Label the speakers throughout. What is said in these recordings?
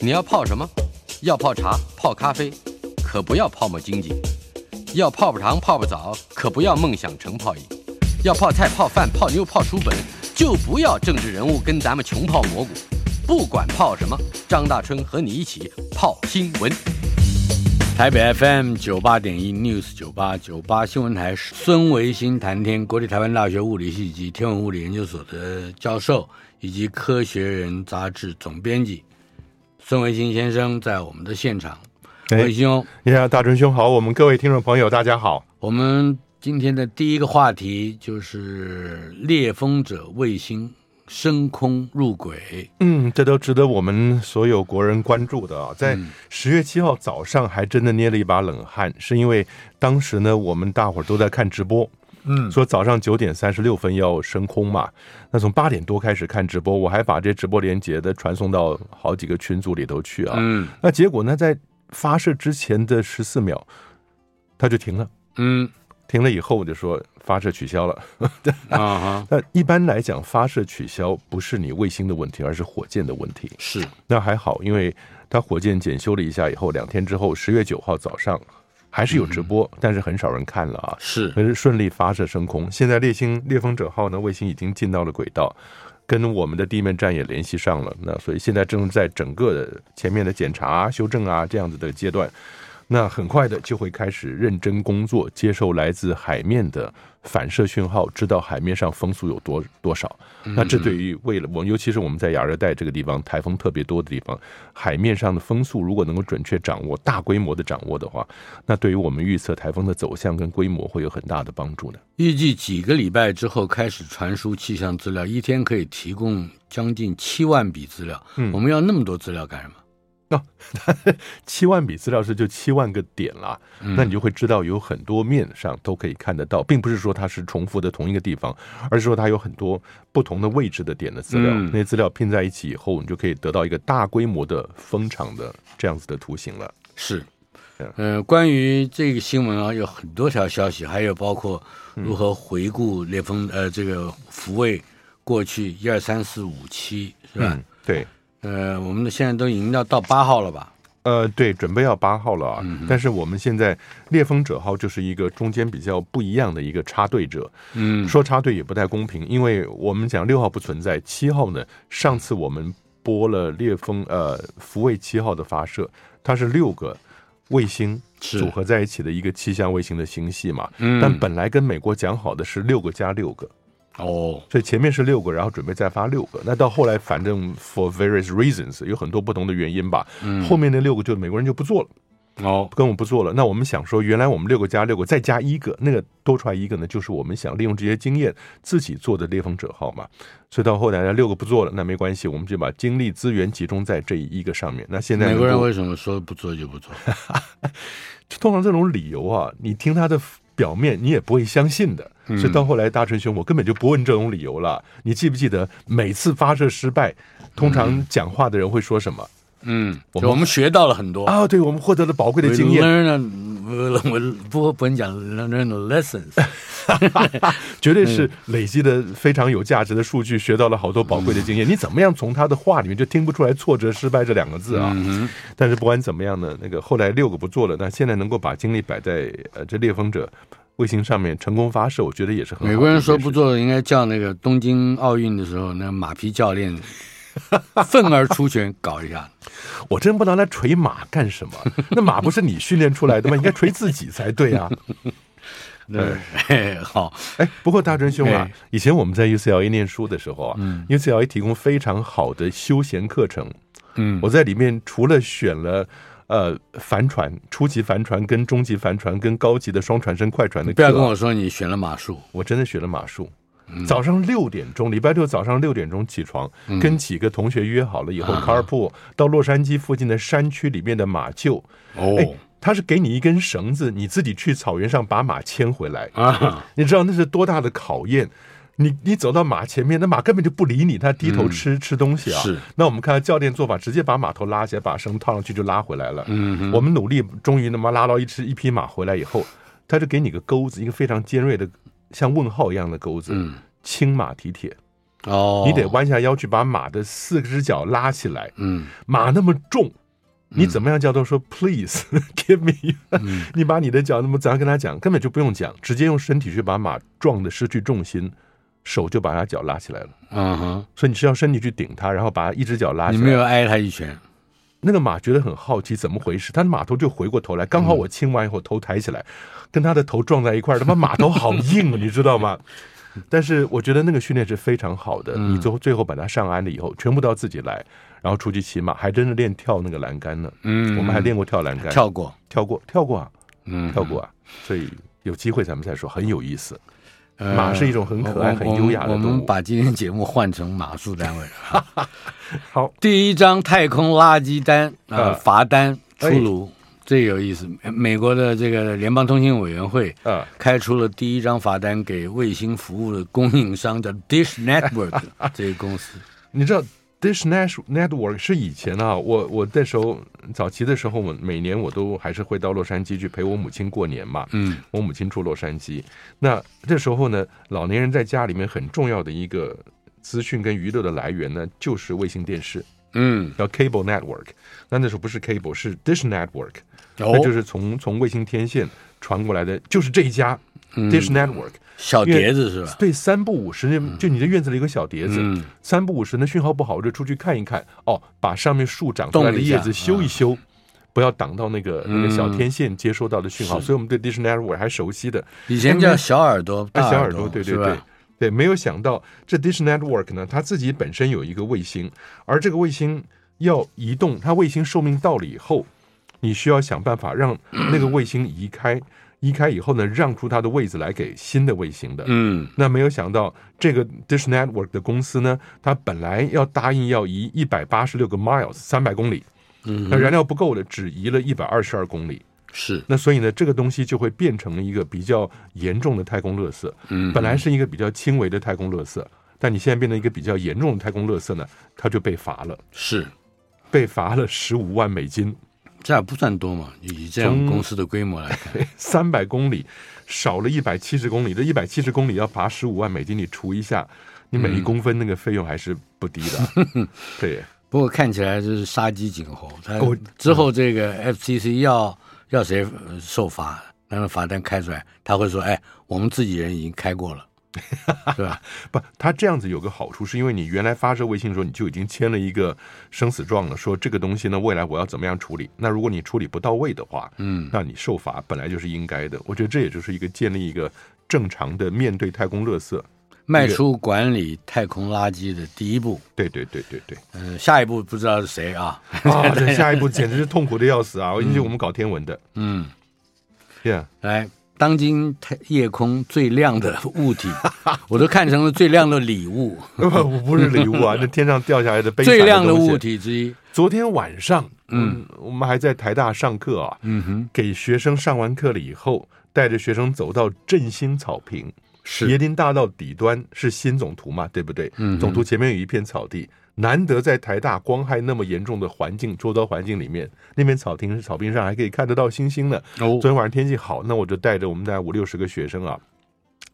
Speaker 1: 你要泡什么？要泡茶、泡咖啡，可不要泡沫经济；要泡泡糖、泡泡澡，可不要梦想成泡影；要泡菜、泡饭、泡妞、泡书本，就不要政治人物跟咱们穷泡蘑菇。不管泡什么，张大春和你一起泡新闻。
Speaker 2: 台北 FM 九八点一 News 九八九八新闻台，孙维新谈天，国立台湾大学物理系及天文物理研究所的教授，以及《科学人》杂志总编辑孙维新先生在我们的现场。
Speaker 3: 哎
Speaker 2: 维新兄，
Speaker 3: 你好，大春兄好，我们各位听众朋友大家好。
Speaker 2: 我们今天的第一个话题就是猎风者卫星升空入轨，
Speaker 3: 嗯，这都值得我们所有国人关注的啊。在
Speaker 2: 嗯
Speaker 3: 十月七号早上，还真的捏了一把冷汗，是因为当时呢，我们大伙儿都在看直播，
Speaker 2: 嗯，
Speaker 3: 说早上九点三十六分要升空嘛，那从八点多开始看直播，我还把这直播连接的传送到好几个群组里头去啊。
Speaker 2: 嗯
Speaker 3: 那结果呢，在发射之前的十四秒，它就停了。
Speaker 2: 嗯
Speaker 3: 停了以后，我就说发射取消了。
Speaker 2: 啊哈，
Speaker 3: 那一般来讲，发射取消不是你卫星的问题，而是火箭的问题。
Speaker 2: 是
Speaker 3: 那还好，因为它火箭检修了一下以后，两天之后，十月九号早上还是有直播，但是很少人看了啊。
Speaker 2: 是，
Speaker 3: 可是顺利发射升空。现在猎星猎风者号呢，卫星已经进到了轨道，跟我们的地面站也联系上了。那所以现在正在整个的前面的检查啊、修正啊这样子的阶段。那很快的就会开始认真工作，接受来自海面的反射讯号，知道海面上风速有多多少。那这对于为了我们，尤其是我们在亚热带这个地方，台风特别多的地方，海面上的风速如果能够准确掌握、大规模的掌握的话，那对于我们预测台风的走向跟规模会有很大的帮助的。
Speaker 2: 预计几个礼拜之后开始传输气象资料，一天可以提供将近七万笔资料。
Speaker 3: 嗯
Speaker 2: 我们要那么多资料干什么？
Speaker 3: 七万笔资料是就七万个点啦，那你就会知道有很多面上都可以看得到，并不是说它是重复的同一个地方，而是说它有很多不同的位置的点的资料，
Speaker 2: 嗯
Speaker 3: 那些资料拼在一起以后，你就可以得到一个大规模的风场的这样子的图形了。
Speaker 2: 是
Speaker 3: 嗯，
Speaker 2: 呃，关于这个新闻啊，有很多条消息，还有包括
Speaker 3: 嗯
Speaker 2: 如何回顾列峰、呃这个抚慰过去一二三四五期是吧？
Speaker 3: 嗯，对。嗯
Speaker 2: 呃，我们的现在都已经要到八号了吧？
Speaker 3: 呃，对，准备要八号了啊，
Speaker 2: 嗯
Speaker 3: 但是我们现在猎风者号就是一个中间比较不一样的一个插队者，
Speaker 2: 嗯
Speaker 3: 说插队也不太公平，因为我们讲六号不存在，七号呢，上次我们播了猎风呃福卫七号的发射，它是六个卫星
Speaker 2: 是
Speaker 3: 组合在一起的一个气象卫星的星系嘛，
Speaker 2: 嗯，
Speaker 3: 但本来跟美国讲好的是六个加六个，
Speaker 2: 哦，
Speaker 3: 所以前面是六个，然后准备再发六个。那到后来，反正 for various reasons 有很多不同的原因吧。
Speaker 2: 嗯
Speaker 3: 后面那六个就美国人就不做了，
Speaker 2: 哦，
Speaker 3: 跟我们不做了。那我们想说，原来我们六个加六个，再加一个，那个多出来一个呢，就是我们想利用这些经验自己做的猎风者号嘛。所以到后来那六个不做了，那没关系，我们就把精力资源集中在这一个上面。那现在
Speaker 2: 美国
Speaker 3: 能
Speaker 2: 人
Speaker 3: 够
Speaker 2: 为什么说不做就不做？
Speaker 3: 通常这种理由啊，你听他的表面，你也不会相信的。
Speaker 2: 嗯
Speaker 3: 所以到后来，大春兄，我根本就不问这种理由了。你记不记得每次发射失败，通常讲话的人会说什么？
Speaker 2: 嗯， 我
Speaker 3: 我们
Speaker 2: 们我们学到了很多。
Speaker 3: 啊，对我们获得了宝贵的
Speaker 2: We
Speaker 3: 经 验，
Speaker 2: learn a, 我不不能讲 learn a lessons，
Speaker 3: 绝对是累积的非常有价值的数据，学到了好多宝贵的
Speaker 2: 嗯
Speaker 3: 经验。你怎么样从他的话里面就听不出来挫折、失败这两个字
Speaker 2: 嗯
Speaker 3: 啊？但是不管怎么样呢，那个后来六个不做了，那现在能够把精力摆在呃这猎风者卫星上面成功发射，我觉得也是很好的
Speaker 2: 美国人说
Speaker 3: 一件
Speaker 2: 不
Speaker 3: 事
Speaker 2: 做，应该叫那个东京奥运的时候，那马匹教练愤而出拳搞一 下。
Speaker 3: 我真不知道他锤马 干什么？那马不是你训练出来的吗？应该锤自己才 对啊！
Speaker 2: 对，嘿好，
Speaker 3: 哎，不过大真兄啊
Speaker 2: 哎，
Speaker 3: 以前我们在 UCLA 念书的时候啊、u c l a 提供非常好的休闲课程。
Speaker 2: 嗯，
Speaker 3: 我在里面除了选了呃帆船、初级帆船、跟中级帆船、跟高级的双船身快船的
Speaker 2: 不
Speaker 3: 课啊，
Speaker 2: 要跟我嗯说你选了马术，
Speaker 3: 我真的学了马术。早上六点钟，礼拜六早上六点钟起床，
Speaker 2: 嗯
Speaker 3: 跟几个同学约好了以后，carpool
Speaker 2: 啊
Speaker 3: 到洛杉矶附近的山区里面的马厩。哎
Speaker 2: 哦，
Speaker 3: 他是给你一根绳子，你自己去草原上把马牵回来。
Speaker 2: 啊，
Speaker 3: 你知道那是多大的考验？你你走到马前面，那马根本就不理你，它低头吃、吃东西啊。
Speaker 2: 嗯是。
Speaker 3: 那我们看到教练做法，直接把马头拉起来，把绳套上去就拉回来了。嗯。我们努力，终于他妈拉到一只一匹马回来以后，他就给你个钩子，一个非常尖锐的像问号一样的钩子，
Speaker 2: 嗯，
Speaker 3: 轻马蹄铁。
Speaker 2: 哦，
Speaker 3: 你得，弯下腰去把马的四只脚拉起来。
Speaker 2: 嗯
Speaker 3: 马那么重，你怎么样叫都说 please give me，
Speaker 2: 嗯
Speaker 3: 你把你的脚那么怎样跟他讲，根本就不用讲，直接用身体去把马撞的失去重心，手就把他脚拉起来了。
Speaker 2: 嗯哼，
Speaker 3: 所以你是要身体去顶他，然后把他一只脚拉起
Speaker 2: 你
Speaker 3: 来。
Speaker 2: 没有挨他一拳，
Speaker 3: 那个马觉得很好奇，怎么回事？他的马头就回过头来，刚好我亲完以后头抬起来，
Speaker 2: 嗯
Speaker 3: 跟他的头撞在一块儿，他妈马头好 硬，你知道吗？但是我觉得那个训练是非常好的，
Speaker 2: 嗯
Speaker 3: 你最后最后把它上岸了以后，全部都要自己来，然后出去骑马，还真的练跳那个栏杆呢。
Speaker 2: 嗯，
Speaker 3: 我们还练过跳栏杆，
Speaker 2: 跳过，
Speaker 3: 跳过跳过啊，
Speaker 2: 嗯，
Speaker 3: 跳过啊，所以有机会咱们再说，很有意思。
Speaker 2: 呃
Speaker 3: 马是一种很可爱、
Speaker 2: 我
Speaker 3: 很优雅的
Speaker 2: 我们我
Speaker 3: 动
Speaker 2: 们
Speaker 3: 物。
Speaker 2: 把今天节目换成马术单位了。
Speaker 3: 好，
Speaker 2: 第一张太空垃圾单啊、
Speaker 3: 啊
Speaker 2: 罚单出
Speaker 3: 哎
Speaker 2: 炉，这有意思。美国的这个联邦通信委员会
Speaker 3: 啊
Speaker 2: 开出了第一张罚单给卫星服务的供应商，叫 Dish Network 这个公司。
Speaker 3: 你知道 Dish Nash- Network 是以前啊，我我那时候早期的时候，我每年我都还是会到洛杉矶去陪我母亲过年嘛。
Speaker 2: 嗯
Speaker 3: 我母亲住洛杉矶，那这时候呢，老年人在家里面很重要的一个资讯跟娱乐的来源呢，就是卫星电视，
Speaker 2: 嗯，
Speaker 3: 叫 Cable Network。那那时候不是 Cable，是 Dish Network，
Speaker 2: 哦
Speaker 3: 嗯那就是从从卫星天线传过来的，就是这一家
Speaker 2: 嗯
Speaker 3: Dish Network。
Speaker 2: 小碟子是吧？
Speaker 3: 对，三不五时，就你的院子里有个小碟子，
Speaker 2: 嗯
Speaker 3: 三不五时那讯号不好，我就出去看一看。哦，把上面树长出来的
Speaker 2: 动一下
Speaker 3: 叶子修一修，不要挡到那个、
Speaker 2: 嗯
Speaker 3: 那个小天线接收到的讯号。
Speaker 2: 是
Speaker 3: 所以我们对 Dish Network 还熟悉的，
Speaker 2: 以前叫小耳朵，
Speaker 3: 啊，
Speaker 2: 大
Speaker 3: 小
Speaker 2: 耳
Speaker 3: 耳朵，对对
Speaker 2: 是吧
Speaker 3: 对。对，没有想到这 Dish Network 呢，它自己本身有一个卫星，而这个卫星要移动，它卫星寿命到了以后，你需要想办法让那个卫星移开，移开以后呢，让出它的位置来给新的卫星的。
Speaker 2: 嗯
Speaker 3: 那没有想到，这个 Dish Network 的公司呢，它本来要答应要移一百八十六个 miles 三百公里，
Speaker 2: 嗯
Speaker 3: 那燃料不够了，只移了一百二十二公里。
Speaker 2: 是
Speaker 3: 那所以呢，这个东西就会变成了一个比较严重的太空垃圾。
Speaker 2: 嗯
Speaker 3: 本来是一个比较轻微的太空垃圾，但你现在变成一个比较严重的太空垃圾呢，它就被罚了，
Speaker 2: 是
Speaker 3: 被罚了十五万美金，
Speaker 2: 这还不算多嘛，以这样
Speaker 3: 从
Speaker 2: 公司的规模来看，
Speaker 3: 三百公里少了一百七十公里，这一百七十公里要罚十五万美金，你除一下，你
Speaker 2: 嗯
Speaker 3: 每一公分那个费用还是不低的。 对。
Speaker 2: 不过看起来就是杀鸡儆猴。他
Speaker 3: 我
Speaker 2: 之后这个 FCC 要要谁呃受罚，然后罚单开出来，他会说：“哎，我们自己人已经开过 了，是吧
Speaker 3: 不，它这样子有个好处，是因为你原来发射卫星的时候，你就已经签了一个生死状了，说这个东西呢，未来我要怎么样处理。那如果你处理不到位的话，
Speaker 2: 嗯，
Speaker 3: 那你受罚本来就是应该的。我觉得这也就是一个建立一个正常的面对太空垃圾。？”
Speaker 2: 迈出管理太空垃圾的第一步，
Speaker 3: 对对对对对，
Speaker 2: 呃，下一步不知道是谁啊。
Speaker 3: 啊，这下一步简直是痛苦的要死啊！因为我们搞天文的，
Speaker 2: 嗯，
Speaker 3: yeah,
Speaker 2: 来，当今太夜空最亮的物 体，我都看成了最亮的礼物，
Speaker 3: 我不是礼物 啊，那天上掉下来的悲惨
Speaker 2: 最亮的
Speaker 3: 东西
Speaker 2: 物体之一。
Speaker 3: 昨天晚上，嗯，我们还在台大上课啊，
Speaker 2: 嗯哼，
Speaker 3: 给学生上完课了以后，带着学生走到振兴草坪，椰
Speaker 2: 是
Speaker 3: 林大道底端是新总图嘛，对不对？
Speaker 2: 嗯
Speaker 3: 总图前面有一片草地，难得在台大光害那么严重的环境，周遭环境里面，那片草坪草坪上还可以看得到星星呢。
Speaker 2: 哦
Speaker 3: 昨，天晚上天气好，那我就带着我们大概五六十个学生啊，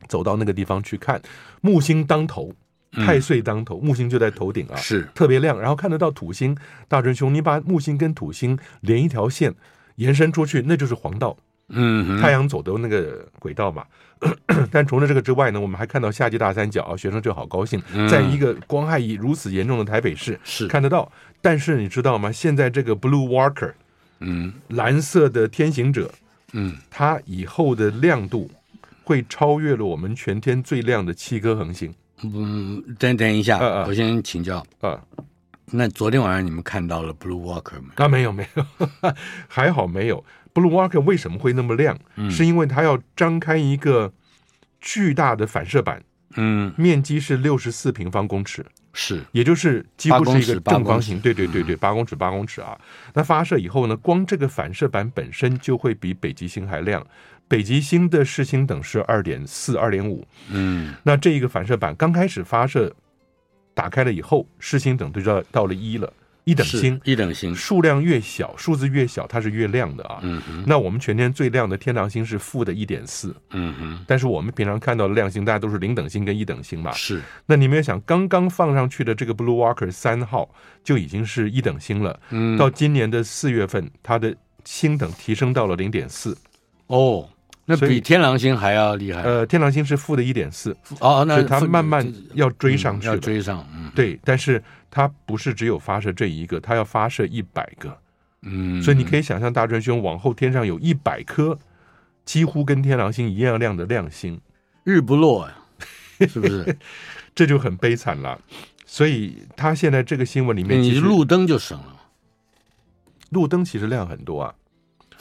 Speaker 3: 走到那个地方去看，木星当头，太岁当头，木星就在头顶啊，
Speaker 2: 嗯是
Speaker 3: 特别亮，然后看得到土星。大真兄，你把木星跟土星连一条线延伸出去，那就是黄道，
Speaker 2: 嗯哼，
Speaker 3: 太阳走的那个轨道嘛。 但除了这个之外呢，我们还看到夏季大三角啊，学生就好高兴，在一个光害如此严重的台北市
Speaker 2: 嗯是
Speaker 3: 看得到。但是你知道吗？现在这个 Blue Walker
Speaker 2: 嗯
Speaker 3: 蓝色的天行者，
Speaker 2: 嗯，
Speaker 3: 它以后的亮度会超越了我们全天最亮的七颗恒星
Speaker 2: 嗯，等等一下，
Speaker 3: 嗯嗯
Speaker 2: 我先请教。
Speaker 3: 啊。
Speaker 2: 那昨天晚上你们看到了 Blue Walker 吗？
Speaker 3: 啊，没有 没有，还好没有。Blue Walker 为什么会那么亮？
Speaker 2: 嗯
Speaker 3: 是因为它要张开一个巨大的反射板，
Speaker 2: 嗯，
Speaker 3: 面积是六十四平方公尺，
Speaker 2: 是，
Speaker 3: 也就是几乎是一个
Speaker 2: 八公尺嗯
Speaker 3: 正方形。对对对对，八公尺八公尺啊。那发射以后呢，光这个反射板本身就会比北极星还亮。北极星的视星等是二点四、二点五，
Speaker 2: 嗯
Speaker 3: 那这一个反射板刚开始发射打开了以后，视星等就到到了一了，一等
Speaker 2: 是
Speaker 3: 星，
Speaker 2: 一等星，
Speaker 3: 数量越小，数字越小，它是越亮的啊。
Speaker 2: 嗯哼，
Speaker 3: 那我们全天最亮的天狼星是负的一点四，
Speaker 2: 嗯哼，
Speaker 3: 但是我们平常看到的亮星，大家都是零等星跟一等星嘛。
Speaker 2: 是
Speaker 3: 那你们要想，刚刚放上去的这个 Blue Walker 三号就已经是一等星了，
Speaker 2: 嗯
Speaker 3: 到今年的四月份，它的星等提升到了零点四，
Speaker 2: 哦，那
Speaker 3: 所以
Speaker 2: 比天狼星还要厉害
Speaker 3: 呃，天狼星是负的一点四，
Speaker 2: 哦，哎
Speaker 3: 所
Speaker 2: 那
Speaker 3: 以它慢慢要追上去
Speaker 2: 要
Speaker 3: 了。
Speaker 2: 追上，嗯
Speaker 3: 对，但是它不是只有发射这一个，它要发射一百个，
Speaker 2: 嗯，
Speaker 3: 所以你可以想象大川兄往后天上有一百颗几乎跟天狼星一样亮的亮星，
Speaker 2: 日不落 呀，是不是？
Speaker 3: 这就很悲惨了。所以它现在这个新闻里面，其
Speaker 2: 你
Speaker 3: 实
Speaker 2: 路灯就省了，
Speaker 3: 路灯其实亮很多啊，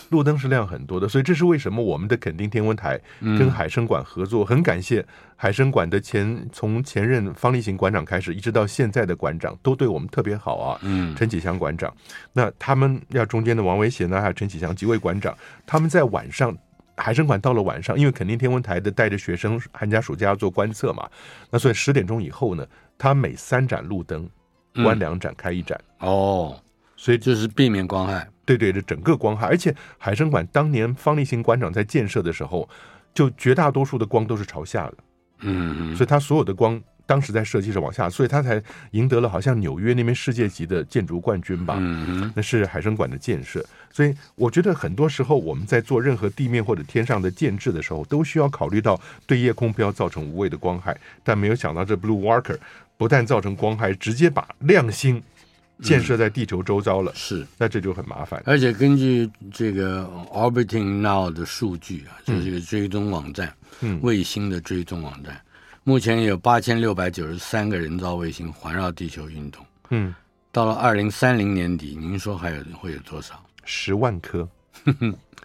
Speaker 3: 路灯是亮很多的，所以这是为什么我们的垦丁天文台
Speaker 2: 嗯
Speaker 3: 跟海参馆合作，很感谢海参馆的前从前任方立行馆长开始，一直到现在的馆长都对我们特别好啊。
Speaker 2: 嗯，
Speaker 3: 陈启祥馆长，那他们要中间的王维贤啊呢，还有陈启祥几位馆长，他们在晚上。海参馆到了晚上，因为肯定天文台的带着学生寒假暑假做观测嘛，那所以十点钟以后呢，他每三盏路灯
Speaker 2: 嗯
Speaker 3: 关两盏，开一盏，
Speaker 2: 哦，
Speaker 3: 所以
Speaker 2: 就是避免光害，
Speaker 3: 对对，这整个光害，而且海参馆当年方立行馆长在建设的时候，就绝大多数的光都是朝下的，
Speaker 2: 嗯，
Speaker 3: 所以它所有的光当时在设计是往下，所以它才赢得了好像纽约那边世界级的建筑冠军吧。
Speaker 2: 嗯哼，
Speaker 3: 那是海参馆的建设，所以我觉得很多时候我们在做任何地面或者天上的建制的时候，都需要考虑到对夜空不要造成无谓的光害。但没有想到这 Blue Walker 不但造成光害，直接把亮星建设在地球周遭了，
Speaker 2: 是。
Speaker 3: 那这就很麻烦。
Speaker 2: 而且根据这个 Orbiting Now 的数据啊，就是一个追踪网站，
Speaker 3: 嗯
Speaker 2: 卫星的追踪网站，目前有八千六百九十三个人造卫星环绕地球运动。
Speaker 3: 嗯，
Speaker 2: 到了二零三零年底，您说还有会有多少？
Speaker 3: 十万颗，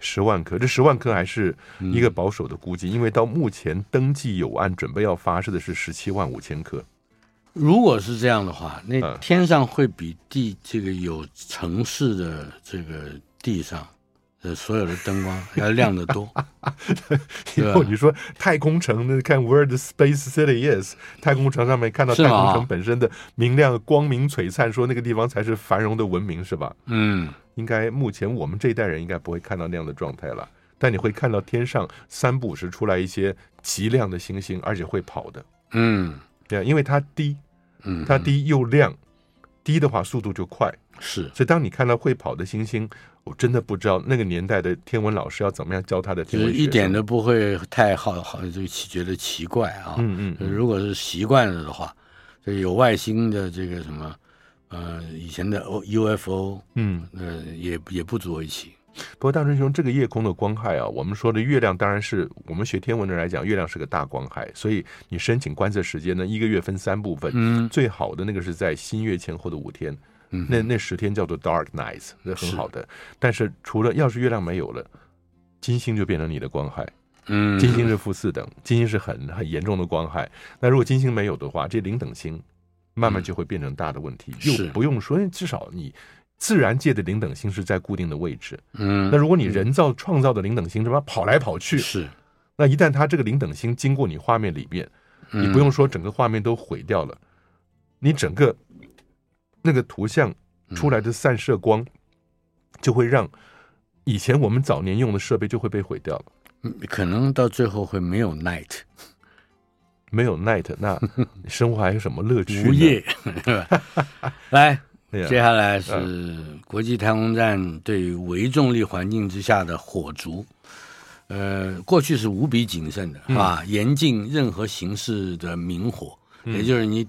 Speaker 3: 十万颗，这十万颗还是一
Speaker 2: 嗯
Speaker 3: 个保守的估计，因为到目前登记有案准备要发射的是十七万五千颗。
Speaker 2: 如果是这样的话，那
Speaker 3: 嗯
Speaker 2: 天上会比地这个有城市的这个地上的所有的灯光要亮得 多。对啊
Speaker 3: 然后你说太空城，那看 Where the Space City Is，太空城上面看到
Speaker 2: 是
Speaker 3: 太
Speaker 2: 吗
Speaker 3: 空城本身的明亮、光明璀璨，说那个地方才是繁荣的文明，是吧？
Speaker 2: 嗯，
Speaker 3: 应该目前我们这一代人应该不会看到那样的状态了。但你会看到天上三不五时出来一些极亮的星星，而且会跑的，
Speaker 2: 嗯
Speaker 3: 对啊，因为它低，
Speaker 2: 嗯，
Speaker 3: 它低又亮，低的话速度就快，
Speaker 2: 是
Speaker 3: 所以当你看到会跑的星星，我真的不知道那个年代的天文老师要怎么样教他的
Speaker 2: 就
Speaker 3: 天文
Speaker 2: 是
Speaker 3: 学
Speaker 2: 一点
Speaker 3: 生
Speaker 2: 都不会太好好就觉得奇怪啊。
Speaker 3: 嗯嗯嗯
Speaker 2: 如果是习惯了的话，就有外星的这个什么，呃，以前的 O UFO，
Speaker 3: 嗯。
Speaker 2: 呃，也也不足为奇。
Speaker 3: 不过大春兄，这个夜空的光害啊，我们说的月亮当然是我们学天文的人来讲，月亮是个大光害，所以你申请观测时间呢，一个月分三部分，
Speaker 2: 嗯
Speaker 3: 最好的那个是在新月前后的五天，
Speaker 2: 嗯
Speaker 3: 那那十天叫做 Dark Nights，那很好的。但是除了要是月亮没有了，金星就变成你的光害。
Speaker 2: 嗯，
Speaker 3: 金星是负四等，金星是很很严重的光害。那如果金星没有的话，这零等星慢慢就会变成大的问题。
Speaker 2: 是
Speaker 3: 又不用说，至少你自然界的零等星是在固定的位置。
Speaker 2: 嗯
Speaker 3: 那如果你人造创造的零等星什么跑来跑去，
Speaker 2: 是，
Speaker 3: 那一旦它这个零等星经过你画面里面，
Speaker 2: 你
Speaker 3: 你不用说整个画面都毁掉了，你整个那个图像出来的散射光
Speaker 2: 嗯
Speaker 3: 就会让。以前我们早年用的设备就会被毁掉了，
Speaker 2: 可能到最后会没有 night
Speaker 3: 没有 night，那生活还有什么乐趣呢？
Speaker 2: 无夜，对吧？ 来，
Speaker 3: 对啊
Speaker 2: 接下来是
Speaker 3: 嗯
Speaker 2: 国际太空站对于微重力环境之下的火烛。呃，过去是无比谨慎
Speaker 3: 嗯
Speaker 2: 的，是吧？严禁任何形式的明火，
Speaker 3: 嗯
Speaker 2: 也就是你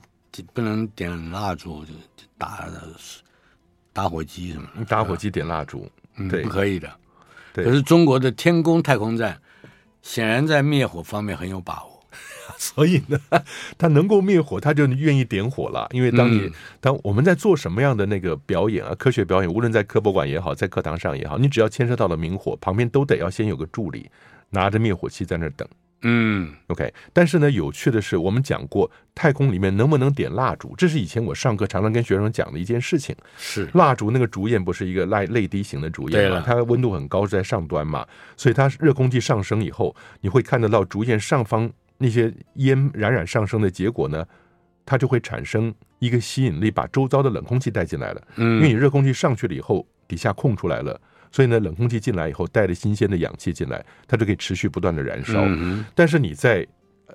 Speaker 2: 不能点蜡烛、就就打打火机什么的，
Speaker 3: 打火机点蜡烛，
Speaker 2: 嗯
Speaker 3: 对
Speaker 2: 不可以的。
Speaker 3: 对
Speaker 2: 可是中国的天宫太空站显然在灭火方面很有把握。
Speaker 3: 所以呢， 他能够灭火，他就愿意点火了。因为当你、
Speaker 2: 嗯
Speaker 3: 当我们在做什么样的那个表演啊，科学表演，无论在科博馆也好，在课堂上也好，你只要牵涉到了明火，旁边都得要先有个助理拿着灭火器在那儿等。
Speaker 2: 嗯
Speaker 3: OK，但是呢，有趣的是，我们讲过太空里面能不能点蜡烛，这是以前我上课常常跟学生讲的一件事情。
Speaker 2: 是，
Speaker 3: 蜡烛那个烛焰不是一个类泪滴型的烛
Speaker 2: 对
Speaker 3: 焰
Speaker 2: 了
Speaker 3: 嘛，它温度很高是在上端嘛，所以它热空气上升以后，你会看得到烛焰上方那些烟冉冉上升的结果呢，它就会产生一个吸引力，把周遭的冷空气带进来了。因
Speaker 2: 嗯
Speaker 3: 为你热空气上去了以后，底下空出来了，所以呢，冷空气进来以后带着新鲜的氧气进来，它就可以持续不断的燃烧。
Speaker 2: 嗯
Speaker 3: 但是你在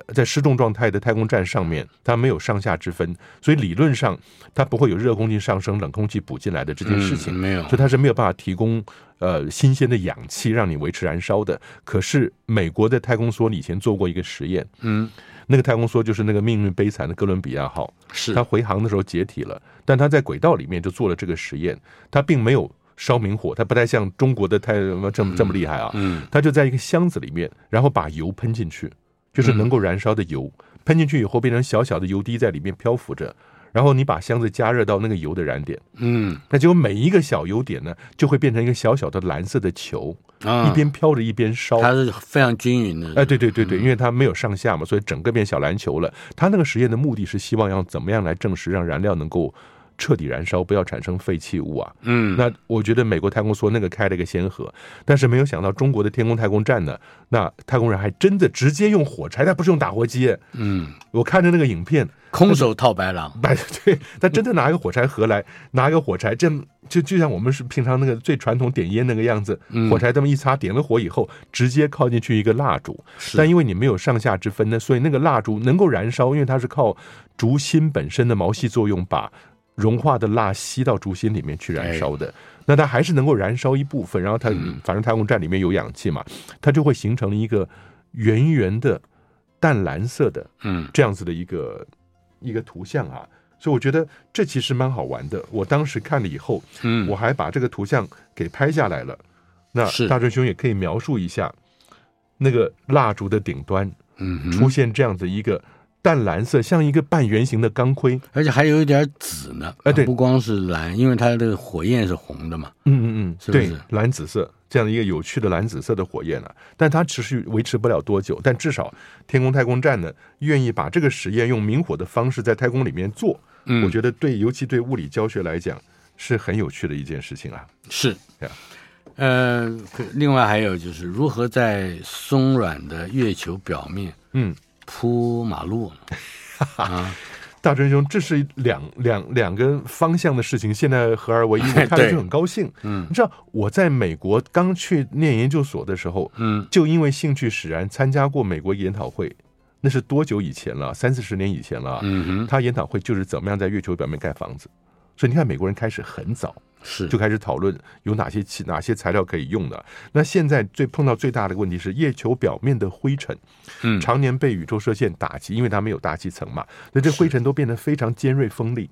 Speaker 3: 呃在失重状态的太空站上面，它没有上下之分，所以理论上它不会有热空气上升、冷空气补进来的这件事情，
Speaker 2: 嗯没有
Speaker 3: 所以它是没有办法提供呃新鲜的氧气让你维持燃烧的。可是美国的太空梭以前做过一个实验，
Speaker 2: 嗯
Speaker 3: 那个太空梭就是那个命运悲惨的哥伦比亚号，
Speaker 2: 是
Speaker 3: 它回航的时候解体了，但它在轨道里面就做了这个实验，它并没有烧明火，它不太像中国的太这么这么厉害啊，
Speaker 2: 嗯
Speaker 3: 它就在一个箱子里面，然后把油喷进去，就是
Speaker 2: 嗯
Speaker 3: 能够燃烧的油，喷进去以后变成小小的油滴在里面漂浮着，然后你把箱子加热到那个油的燃点，
Speaker 2: 嗯
Speaker 3: 那结果每一个小油点呢，就会变成一个小小的蓝色的球，
Speaker 2: 啊
Speaker 3: 一边飘着一边烧。
Speaker 2: 它嗯是非常均匀的，
Speaker 3: 哎，对对对对，因为它没有上下嘛，所以整个变小篮球了。它那个实验的目的是希望要怎么样来证实让燃料能够彻底燃烧，不要产生废弃物啊。
Speaker 2: 嗯
Speaker 3: 那我觉得美国太空梭那个开了一个先河，但是没有想到中国的天宫太空站呢，那太空人还真的直接用火柴，他不是用打火机。
Speaker 2: 嗯，
Speaker 3: 我看着那个影片，
Speaker 2: 空手套白狼，
Speaker 3: 哎， 对，他真的拿一个火柴盒来，拿一个火柴，这样就就像我们是平常那个最传统点烟那个样子，火柴这么一擦，点了火以后，直接靠进去一个蜡烛，
Speaker 2: 是
Speaker 3: 但因为你没有上下之分呢，所以那个蜡烛能够燃烧，因为它是靠烛芯本身的毛细作用把融化的蜡吸到烛芯里面去燃烧的。那它还是能够燃烧一部分，然后它反正太空站里面有氧气嘛，它就会形成一个圆圆的淡蓝色的
Speaker 2: 嗯
Speaker 3: 这样子的一个一个图像啊。所以我觉得这其实蛮好玩的。我当时看了以后，
Speaker 2: 嗯，
Speaker 3: 我还把这个图像给拍下来了。那
Speaker 2: 是
Speaker 3: 大春兄也可以描述一下，那个蜡烛的顶端
Speaker 2: 嗯哼
Speaker 3: 出现这样子一个淡蓝色，像一个半圆形的钢盔。
Speaker 2: 而且还有一点紫呢，啊
Speaker 3: 哎对
Speaker 2: 不光是蓝，因为它的火焰是红的嘛，
Speaker 3: 嗯嗯
Speaker 2: 是不
Speaker 3: 嗯，对
Speaker 2: 是，
Speaker 3: 蓝紫色这样的一个有趣的蓝紫色的火焰啊，但它持续维持不了多久，但至少天宫太空站呢，愿意把这个实验用明火的方式在太空里面做，
Speaker 2: 嗯
Speaker 3: 我觉得对，尤其对物理教学来讲是很有趣的一件事情啊。
Speaker 2: 是
Speaker 3: 对啊，
Speaker 2: 呃，可另外还有就是如何在松软的月球表面
Speaker 3: 嗯，
Speaker 2: 铺马路， 啊
Speaker 3: 大真兄，这是两两两个方向的事情，现在合二为一， 我看了
Speaker 2: 对
Speaker 3: 就很高兴。
Speaker 2: 嗯
Speaker 3: 你知道我在美国刚去念研究所的时候，
Speaker 2: 嗯
Speaker 3: 就因为兴趣使然参加过美国研讨会，那是多久以前了？三四十年以前了。
Speaker 2: 嗯哼，
Speaker 3: 他研讨会就是怎么样在月球表面盖房子，所以你看美国人开始很早
Speaker 2: 是
Speaker 3: 就开始讨论有哪些器哪些材料可以用的。那现在最碰到最大的问题是月球表面的灰尘，
Speaker 2: 嗯
Speaker 3: 常年被宇宙射线打击，因为它没有大气层嘛，所以这灰尘都变得非常尖锐锋利。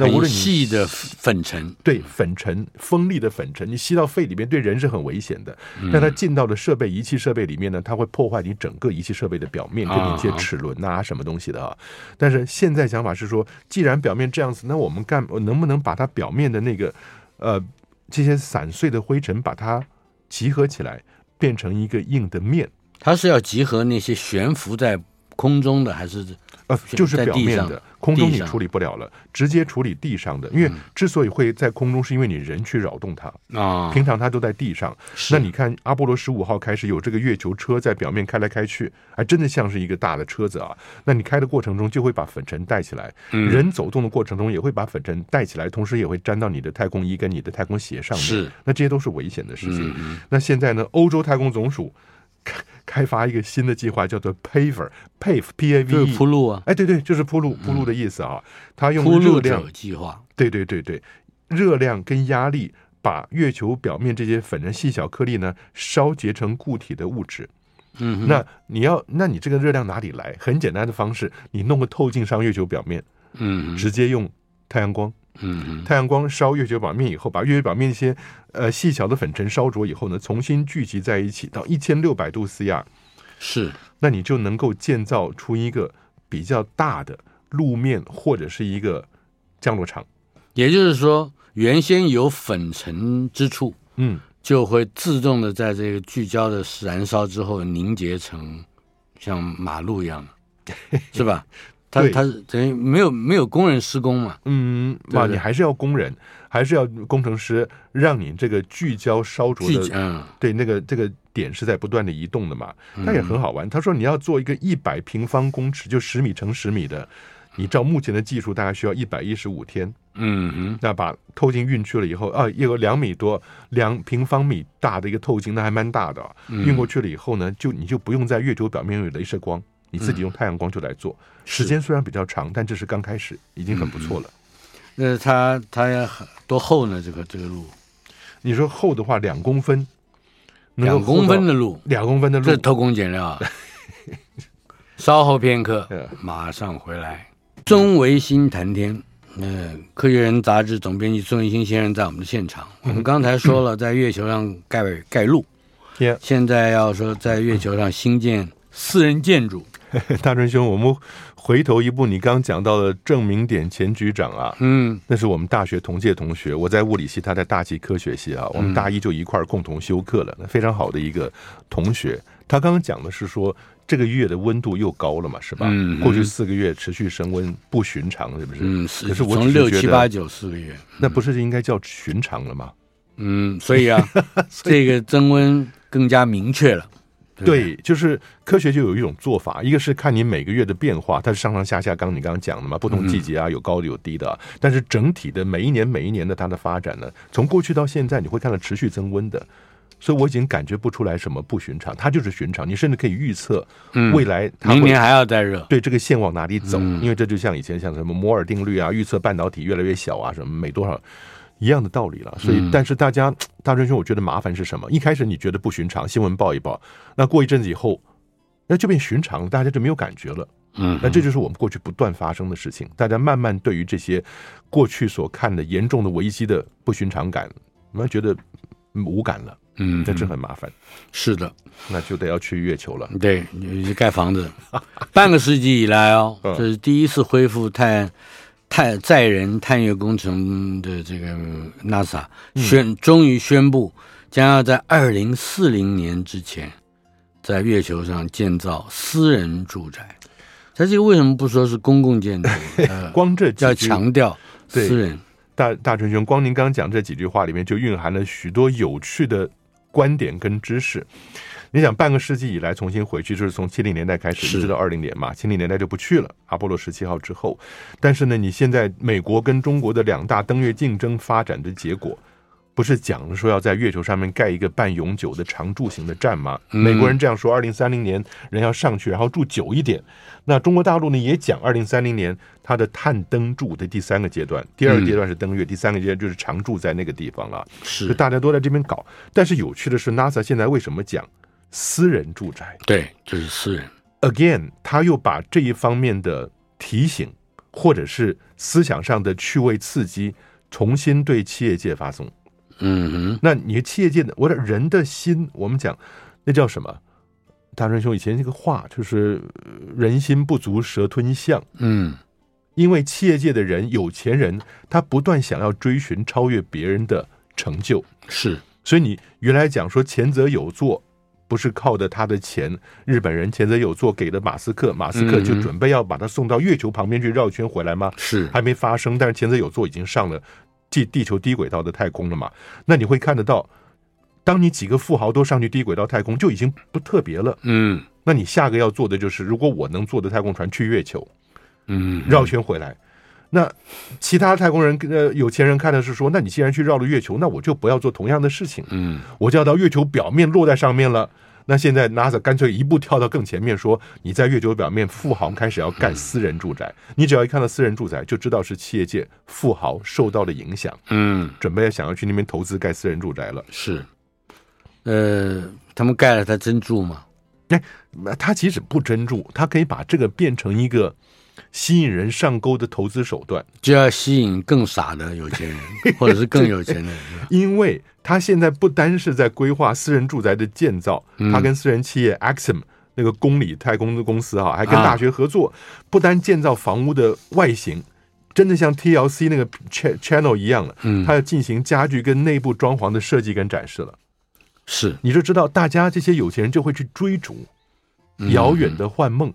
Speaker 3: 那无
Speaker 2: 很
Speaker 3: 论你
Speaker 2: 细的粉尘，
Speaker 3: 对粉尘锋利的粉尘，你吸到肺里面对人是很危险的。
Speaker 2: 嗯
Speaker 3: 但它进到的设备仪器设备里面呢，它会破坏你整个仪器设备的表面，
Speaker 2: 啊
Speaker 3: 跟你一些齿轮啊什么东西的啊。但是现在想法是说，既然表面这样子，那我们干能不能把它表面的那个呃这些散碎的灰尘把它集合起来，变成一个硬的面？
Speaker 2: 它是要集合那些悬浮在空中的，还是
Speaker 3: 呃，
Speaker 2: 是
Speaker 3: 就是
Speaker 2: 在
Speaker 3: 表
Speaker 2: 地
Speaker 3: 面
Speaker 2: 上
Speaker 3: 的，空中
Speaker 2: 地
Speaker 3: 你
Speaker 2: 上嗯
Speaker 3: 处理不了了，直接处理地上的。因为之所以会在空中，是因为你人去扰动它，
Speaker 2: 啊？
Speaker 3: 平常它都在地上。
Speaker 2: 是
Speaker 3: 那你看阿波罗十五号开始有这个月球车在表面开来开去，还真的像是一个大的车子啊。那你开的过程中就会把粉尘带起来，
Speaker 2: 嗯
Speaker 3: 人走动的过程中也会把粉尘带起来，同时也会沾到你的太空衣跟你的太空鞋上面。
Speaker 2: 是，
Speaker 3: 那这些都是危险的事情。
Speaker 2: 嗯嗯
Speaker 3: 那现在呢，欧洲太空总署 开开发一个新的计划，叫做 Paver，Pave P A
Speaker 2: 就
Speaker 3: V
Speaker 2: 是
Speaker 3: E。
Speaker 2: 铺路啊，
Speaker 3: 哎，对对，就是铺路铺路的意思啊。它
Speaker 2: 铺
Speaker 3: 用热
Speaker 2: 路
Speaker 3: 量
Speaker 2: 者，计划，
Speaker 3: 对对对对，热量跟压力把月球表面这些粉尘细小颗粒呢烧结成固体的物质。
Speaker 2: 嗯哼，
Speaker 3: 那你要，那你这个热量哪里来？很简单的方式，你弄个透镜上月球表面，
Speaker 2: 嗯哼
Speaker 3: 直接用太阳光，
Speaker 2: 嗯哼
Speaker 3: 太阳光烧月球表面以后，把月球表面一些呃细小的粉尘烧灼以后呢，重新聚集在一起到一千六百度 C 啊，
Speaker 2: 是
Speaker 3: 那你就能够建造出一个比较大的路面或者是一个降落场。
Speaker 2: 也就是说，原先有粉尘之处，
Speaker 3: 嗯，
Speaker 2: 就会自动的在这个聚焦的燃烧之后凝结成像马路一样的，是吧？它
Speaker 3: 对
Speaker 2: 它等于没有没有工人施工嘛？
Speaker 3: 嗯，哇，
Speaker 2: 对对
Speaker 3: 你还是要工人，还是要工程师，让你这个聚焦烧灼
Speaker 2: 聚
Speaker 3: 的，
Speaker 2: 嗯
Speaker 3: 对那个这个点是在不断的移动的嘛，那也很好玩。他说你要做一个一百平方公尺，就十米乘十米的你照目前的技术，大概需要一百一十五天。
Speaker 2: 嗯哼，
Speaker 3: 那把透镜运去了以后，啊，也有两米多两平方米大的一个透镜，那还蛮大的、啊。
Speaker 2: 嗯
Speaker 3: 运过去了以后呢，就你就不用在月球表面有镭射光，你自己
Speaker 2: 嗯
Speaker 3: 用太阳光就来做。时间虽然比较长，但这是刚开始，已经很不错了。
Speaker 2: 那它它多厚呢？这个这个路
Speaker 3: 你说厚的话，两公分，能够
Speaker 2: 两
Speaker 3: 厚
Speaker 2: 公分
Speaker 3: 到
Speaker 2: 的路，
Speaker 3: 两公分的路
Speaker 2: 这，偷工减料 啊！稍后片刻
Speaker 3: 嗯，
Speaker 2: 马上回来。孙维新谈天，嗯、科学人》杂志总编辑孙维新先生在我们的现场。
Speaker 3: 嗯
Speaker 2: 我们刚才说了，在月球上盖盖路，
Speaker 3: 天，
Speaker 2: 现在要说在月球上兴建私人建筑，
Speaker 3: 大春兄，我们回头一步，你刚讲到的郑明典前局长啊，
Speaker 2: 嗯
Speaker 3: 那是我们大学同届同学，我在物理系，他在大气科学系啊，我们大一就一块儿共同修课了，那非常好的一个同学。他刚刚讲的是说，这个月的温度又高了嘛，是吧？
Speaker 2: 嗯
Speaker 3: 过去四个月持续升温，不寻常，是不是？
Speaker 2: 嗯，
Speaker 3: 可是我只
Speaker 2: 从
Speaker 3: 是
Speaker 2: 六
Speaker 3: 觉
Speaker 2: 七
Speaker 3: 得
Speaker 2: 八九四个月，
Speaker 3: 那不是应该叫寻常了吗？
Speaker 2: 嗯，所以啊，这个增温更加明确了。对
Speaker 3: 对，就是科学就有一种做法，一个是看你每个月的变化，它是上上下下，刚刚你刚刚讲的嘛，不同季节啊，有高的有低的啊，但是整体的每一年每一年的它的发展呢，从过去到现在，你会看到持续增温的。所以我已经感觉不出来什么不寻常，它就是寻常。你甚至可以预测
Speaker 2: 嗯
Speaker 3: 未来它
Speaker 2: 明
Speaker 3: 会
Speaker 2: 年还要再热，
Speaker 3: 对这个线往哪里走，
Speaker 2: 嗯
Speaker 3: 因为这就像以前像什么摩尔定律啊，预测半导体越来越小啊，什么每多少一样的道理了。所
Speaker 2: 嗯
Speaker 3: 以，但是大家大真兄，我觉得麻烦是什么？一开始你觉得不寻常，新闻报一报，那过一阵子以后。那就变寻常了，大家就没有感觉了。
Speaker 2: 嗯
Speaker 3: 那这就是我们过去不断发生的事情。大家慢慢对于这些过去所看的严重的危机的不寻常感，慢慢觉得嗯无感了，
Speaker 2: 嗯，
Speaker 3: 那这很麻烦。
Speaker 2: 是的，
Speaker 3: 那就得要去月球了。
Speaker 2: 对，你盖房子，半个世纪以来哦，
Speaker 3: 嗯
Speaker 2: 这是第一次恢复探探载人探月工程的这个 NASA
Speaker 3: 嗯
Speaker 2: 宣、终于宣布，将要在二零四零年之前，在月球上建造私人住宅。它这个为什么不说是公共建 筑？呃
Speaker 3: 光这几
Speaker 2: 要
Speaker 3: 句
Speaker 2: 强调
Speaker 3: 对
Speaker 2: 私人，
Speaker 3: 大大成兄，光您刚刚讲这几句话里面就蕴含了许多有趣的观点跟知识。你想半个世纪以来重新回去，就是从七零年代开始
Speaker 2: 是
Speaker 3: 一直到二零年嘛，七零年代就不去了，阿波罗十七号之后。但是呢，你现在美国跟中国的两大登月竞争发展的结果，不是讲说要在月球上面盖一个半永久的常住型的站吗？
Speaker 2: 嗯
Speaker 3: 美国人这样说，二零三零年人要上去，然后住久一点。那中国大陆呢也讲，二零三零年它的探登住的第三个阶段，第二个阶段是登月，第三个阶段就是常住在那个地方了。就是大家都在这边搞。但是有趣的是，NASA 现在为什么讲私人住宅
Speaker 2: 对，就是私人，
Speaker 3: ？Again，他又把这一方面的提醒或者是思想上的趣味刺激，重新对企业界发送。
Speaker 2: 嗯哼，
Speaker 3: 那你企业界的，我的人的心，我们讲那叫什么？大川兄以前那个话就是呃“人心不足蛇吞象”，
Speaker 2: 嗯
Speaker 3: 因为企业界的人、有钱人，他不断想要追寻超越别人的成就，
Speaker 2: 是，
Speaker 3: 所以你原来讲说前者有座，不是靠的他的钱，日本人前者有座给了马斯克，马斯克就
Speaker 2: 嗯
Speaker 3: 准备要把他送到月球旁边去绕一圈回来吗？
Speaker 2: 是，
Speaker 3: 还没发生，但是前者有座已经上了地地球低轨道的太空了嘛？那你会看得到，当你几个富豪都上去低轨道太空，就已经不特别了。
Speaker 2: 嗯
Speaker 3: 那你下个要做的就是，如果我能坐的太空船去月球
Speaker 2: 嗯，
Speaker 3: 绕圈回来。那其他太空人呃有钱人看的是说，那你既然去绕了月球，那我就不要做同样的事情。
Speaker 2: 嗯
Speaker 3: 我就要到月球表面落在上面了。那现在 NASA 干脆一步跳到更前面说，你在月球表面，富豪开始要干私人住宅。你只要一看到私人住宅，就知道是企业界富豪受到了影响，
Speaker 2: 嗯。
Speaker 3: 准备想要去那边投资盖私人住宅了。
Speaker 2: 是，呃，他们盖了他真住吗？
Speaker 3: 那他即使不真住，他可以把这个变成一个吸引人上钩的投资手段，
Speaker 2: 就要吸引更傻的有钱 人，或者是更有钱的人。是吧
Speaker 3: 因为他现在不单是在规划私人住宅的建造，他跟私人企业 Axim 那个公理太空的公司哈、还跟
Speaker 2: 啊
Speaker 3: 大学合作，不单建造房屋的外形，真的像 TLC 那个 cha- channel 一样了，
Speaker 2: 嗯
Speaker 3: 他要进行家具跟内部装潢的设计跟展示了。
Speaker 2: 是，
Speaker 3: 你就知道，大家这些有钱人就会去追逐
Speaker 2: 嗯
Speaker 3: 遥远的幻梦。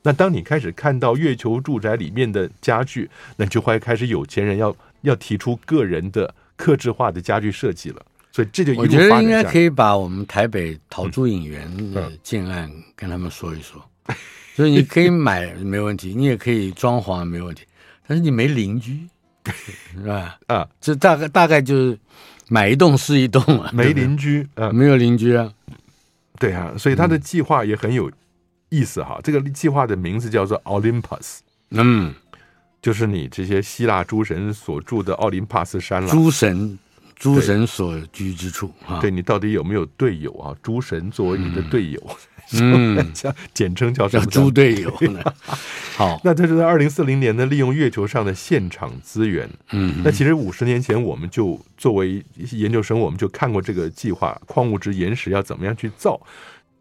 Speaker 3: 那当你开始看到月球住宅里面的家具，那就会开始有钱人要要提出个人的克制化的家具设计了。所以这就一
Speaker 2: 我
Speaker 3: 路
Speaker 2: 觉
Speaker 3: 发
Speaker 2: 得
Speaker 3: 展
Speaker 2: 应该
Speaker 3: 下
Speaker 2: 可
Speaker 3: 去。
Speaker 2: 以把我们台北陶朱影园的建案跟他们说一说，
Speaker 3: 嗯
Speaker 2: 所以你可以买没问题， 你也可以装潢没问题，但是你没邻居，是吧？
Speaker 3: 啊，
Speaker 2: 这大概大概就是买一栋是一栋啊，
Speaker 3: 没
Speaker 2: 对不对
Speaker 3: 邻居啊、
Speaker 2: 没有邻居啊，
Speaker 3: 对啊，所以他的
Speaker 2: 嗯
Speaker 3: 计划也很有意思哈。这个计划的名字叫做 Olympus，
Speaker 2: 嗯，
Speaker 3: 就是你这些希腊诸神所住的奥林帕斯山了。
Speaker 2: 诸神诸神所居之处啊，
Speaker 3: 对，你到底有没有队友啊？诸神作为你的队友，
Speaker 2: 嗯，
Speaker 3: 叫简称叫什
Speaker 2: 叫
Speaker 3: 么？
Speaker 2: 猪队友呢， 好，
Speaker 3: 那这是在二零四零年呢，利用月球上的现场资源。
Speaker 2: 嗯
Speaker 3: 那其实五十年前，我们就作为研究生，我们就看过这个计划，矿物质岩石要怎么样去造。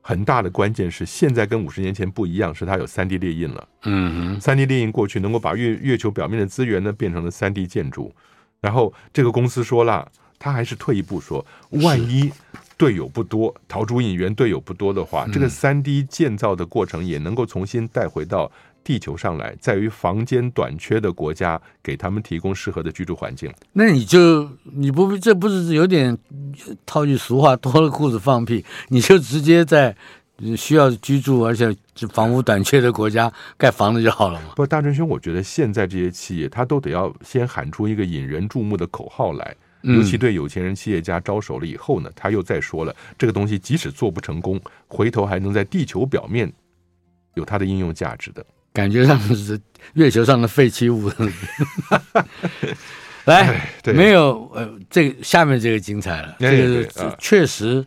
Speaker 3: 很大的关键是，现在跟五十年前不一样，是它有三 D 列印了。
Speaker 2: 嗯
Speaker 3: 三 D 列印过去能够把月月球表面的资源呢变成了三 D 建筑，然后这个公司说了，他还是退一步说，万一队友不多，逃出引援队友不多的话，这个三 D 建造的过程也能够重新带回到地球上来，在于房间短缺的国家给他们提供适合的居住环境。
Speaker 2: 那你就你不这不是有点套句俗话，脱了裤子放屁，你就直接在需要居住而且房屋短缺的国家盖房子就好了嘛。
Speaker 3: 不，大真兄，我觉得现在这些企业，他都得要先喊出一个引人注目的口号来。尤
Speaker 2: 嗯
Speaker 3: 其对有钱人企业家招手了以后呢，他又再说了，这个东西即使做不成功，回头还能在地球表面有它的应用价值的。
Speaker 2: 感觉上是月球上的废弃物。 来，
Speaker 3: 哎对
Speaker 2: 没有呃，这个下面这个精彩了，
Speaker 3: 哎
Speaker 2: 这个
Speaker 3: 对啊
Speaker 2: 确实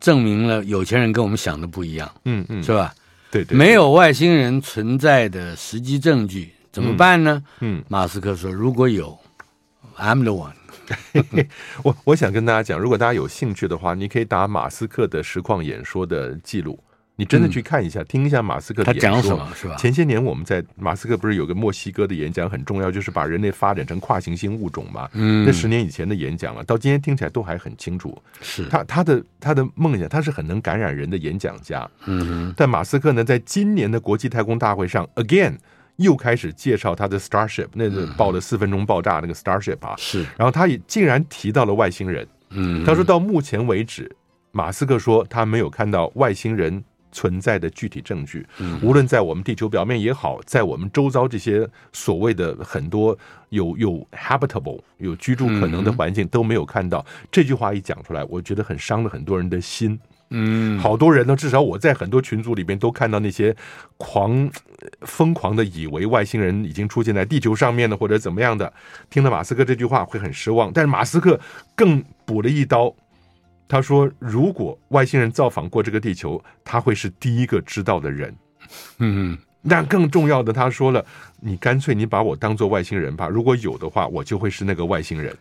Speaker 2: 证明了有钱人跟我们想的不一样，
Speaker 3: 嗯嗯，
Speaker 2: 是吧？
Speaker 3: 对对，
Speaker 2: 没，有外星人存在的实际证据怎么办呢？
Speaker 3: 嗯，
Speaker 2: 马斯克说：“如果有，I'm the one。
Speaker 3: 我我想跟大家讲，如果大家有兴趣的话，你可以打马斯克的实况演说的记录，你真的去看一下，听一下马斯”克
Speaker 2: 嗯他
Speaker 3: 的演
Speaker 2: 讲
Speaker 3: 说。
Speaker 2: 什么是吧？
Speaker 3: 前些年我们在马斯克不是有个墨西哥的演讲很重要，就是把人类发展成跨行星物种嘛。
Speaker 2: 嗯
Speaker 3: 那十年以前的演讲了，到今天听起来都还很清楚。
Speaker 2: 是，
Speaker 3: 他他的他的梦想，他是很能感染人的演讲家。
Speaker 2: 嗯
Speaker 3: 但马斯克呢，在今年的国际太空大会上，again 又开始介绍他的 Starship，那
Speaker 2: 嗯
Speaker 3: 个爆了四分钟爆炸那个 Starship 啊
Speaker 2: 哼，。是，
Speaker 3: 然后他也竟然提到了外星人。
Speaker 2: 嗯，
Speaker 3: 他说到目前为止，马斯克说他没有看到外星人存在的具体证据，无论在我们地球表面也好，在我们周遭这些所谓的很多有有 habitable 有居住可能的环境都没有看到。这句话一讲出来，我觉得很伤了很多人的心。
Speaker 2: 嗯，
Speaker 3: 好多人呢，至少我在很多群组里边都看到那些狂呃疯狂的以为外星人已经出现在地球上面了，或者怎么样的。听了马斯克这句话会很失望，但是马斯克更补了一刀，他说：“如果外星人造访过这个地球，他会是第一个知道的人。”
Speaker 2: 嗯，
Speaker 3: 但更重要的，他说了：“你干脆你把我当做外星人吧，如果有的话，我就会是那个外星人。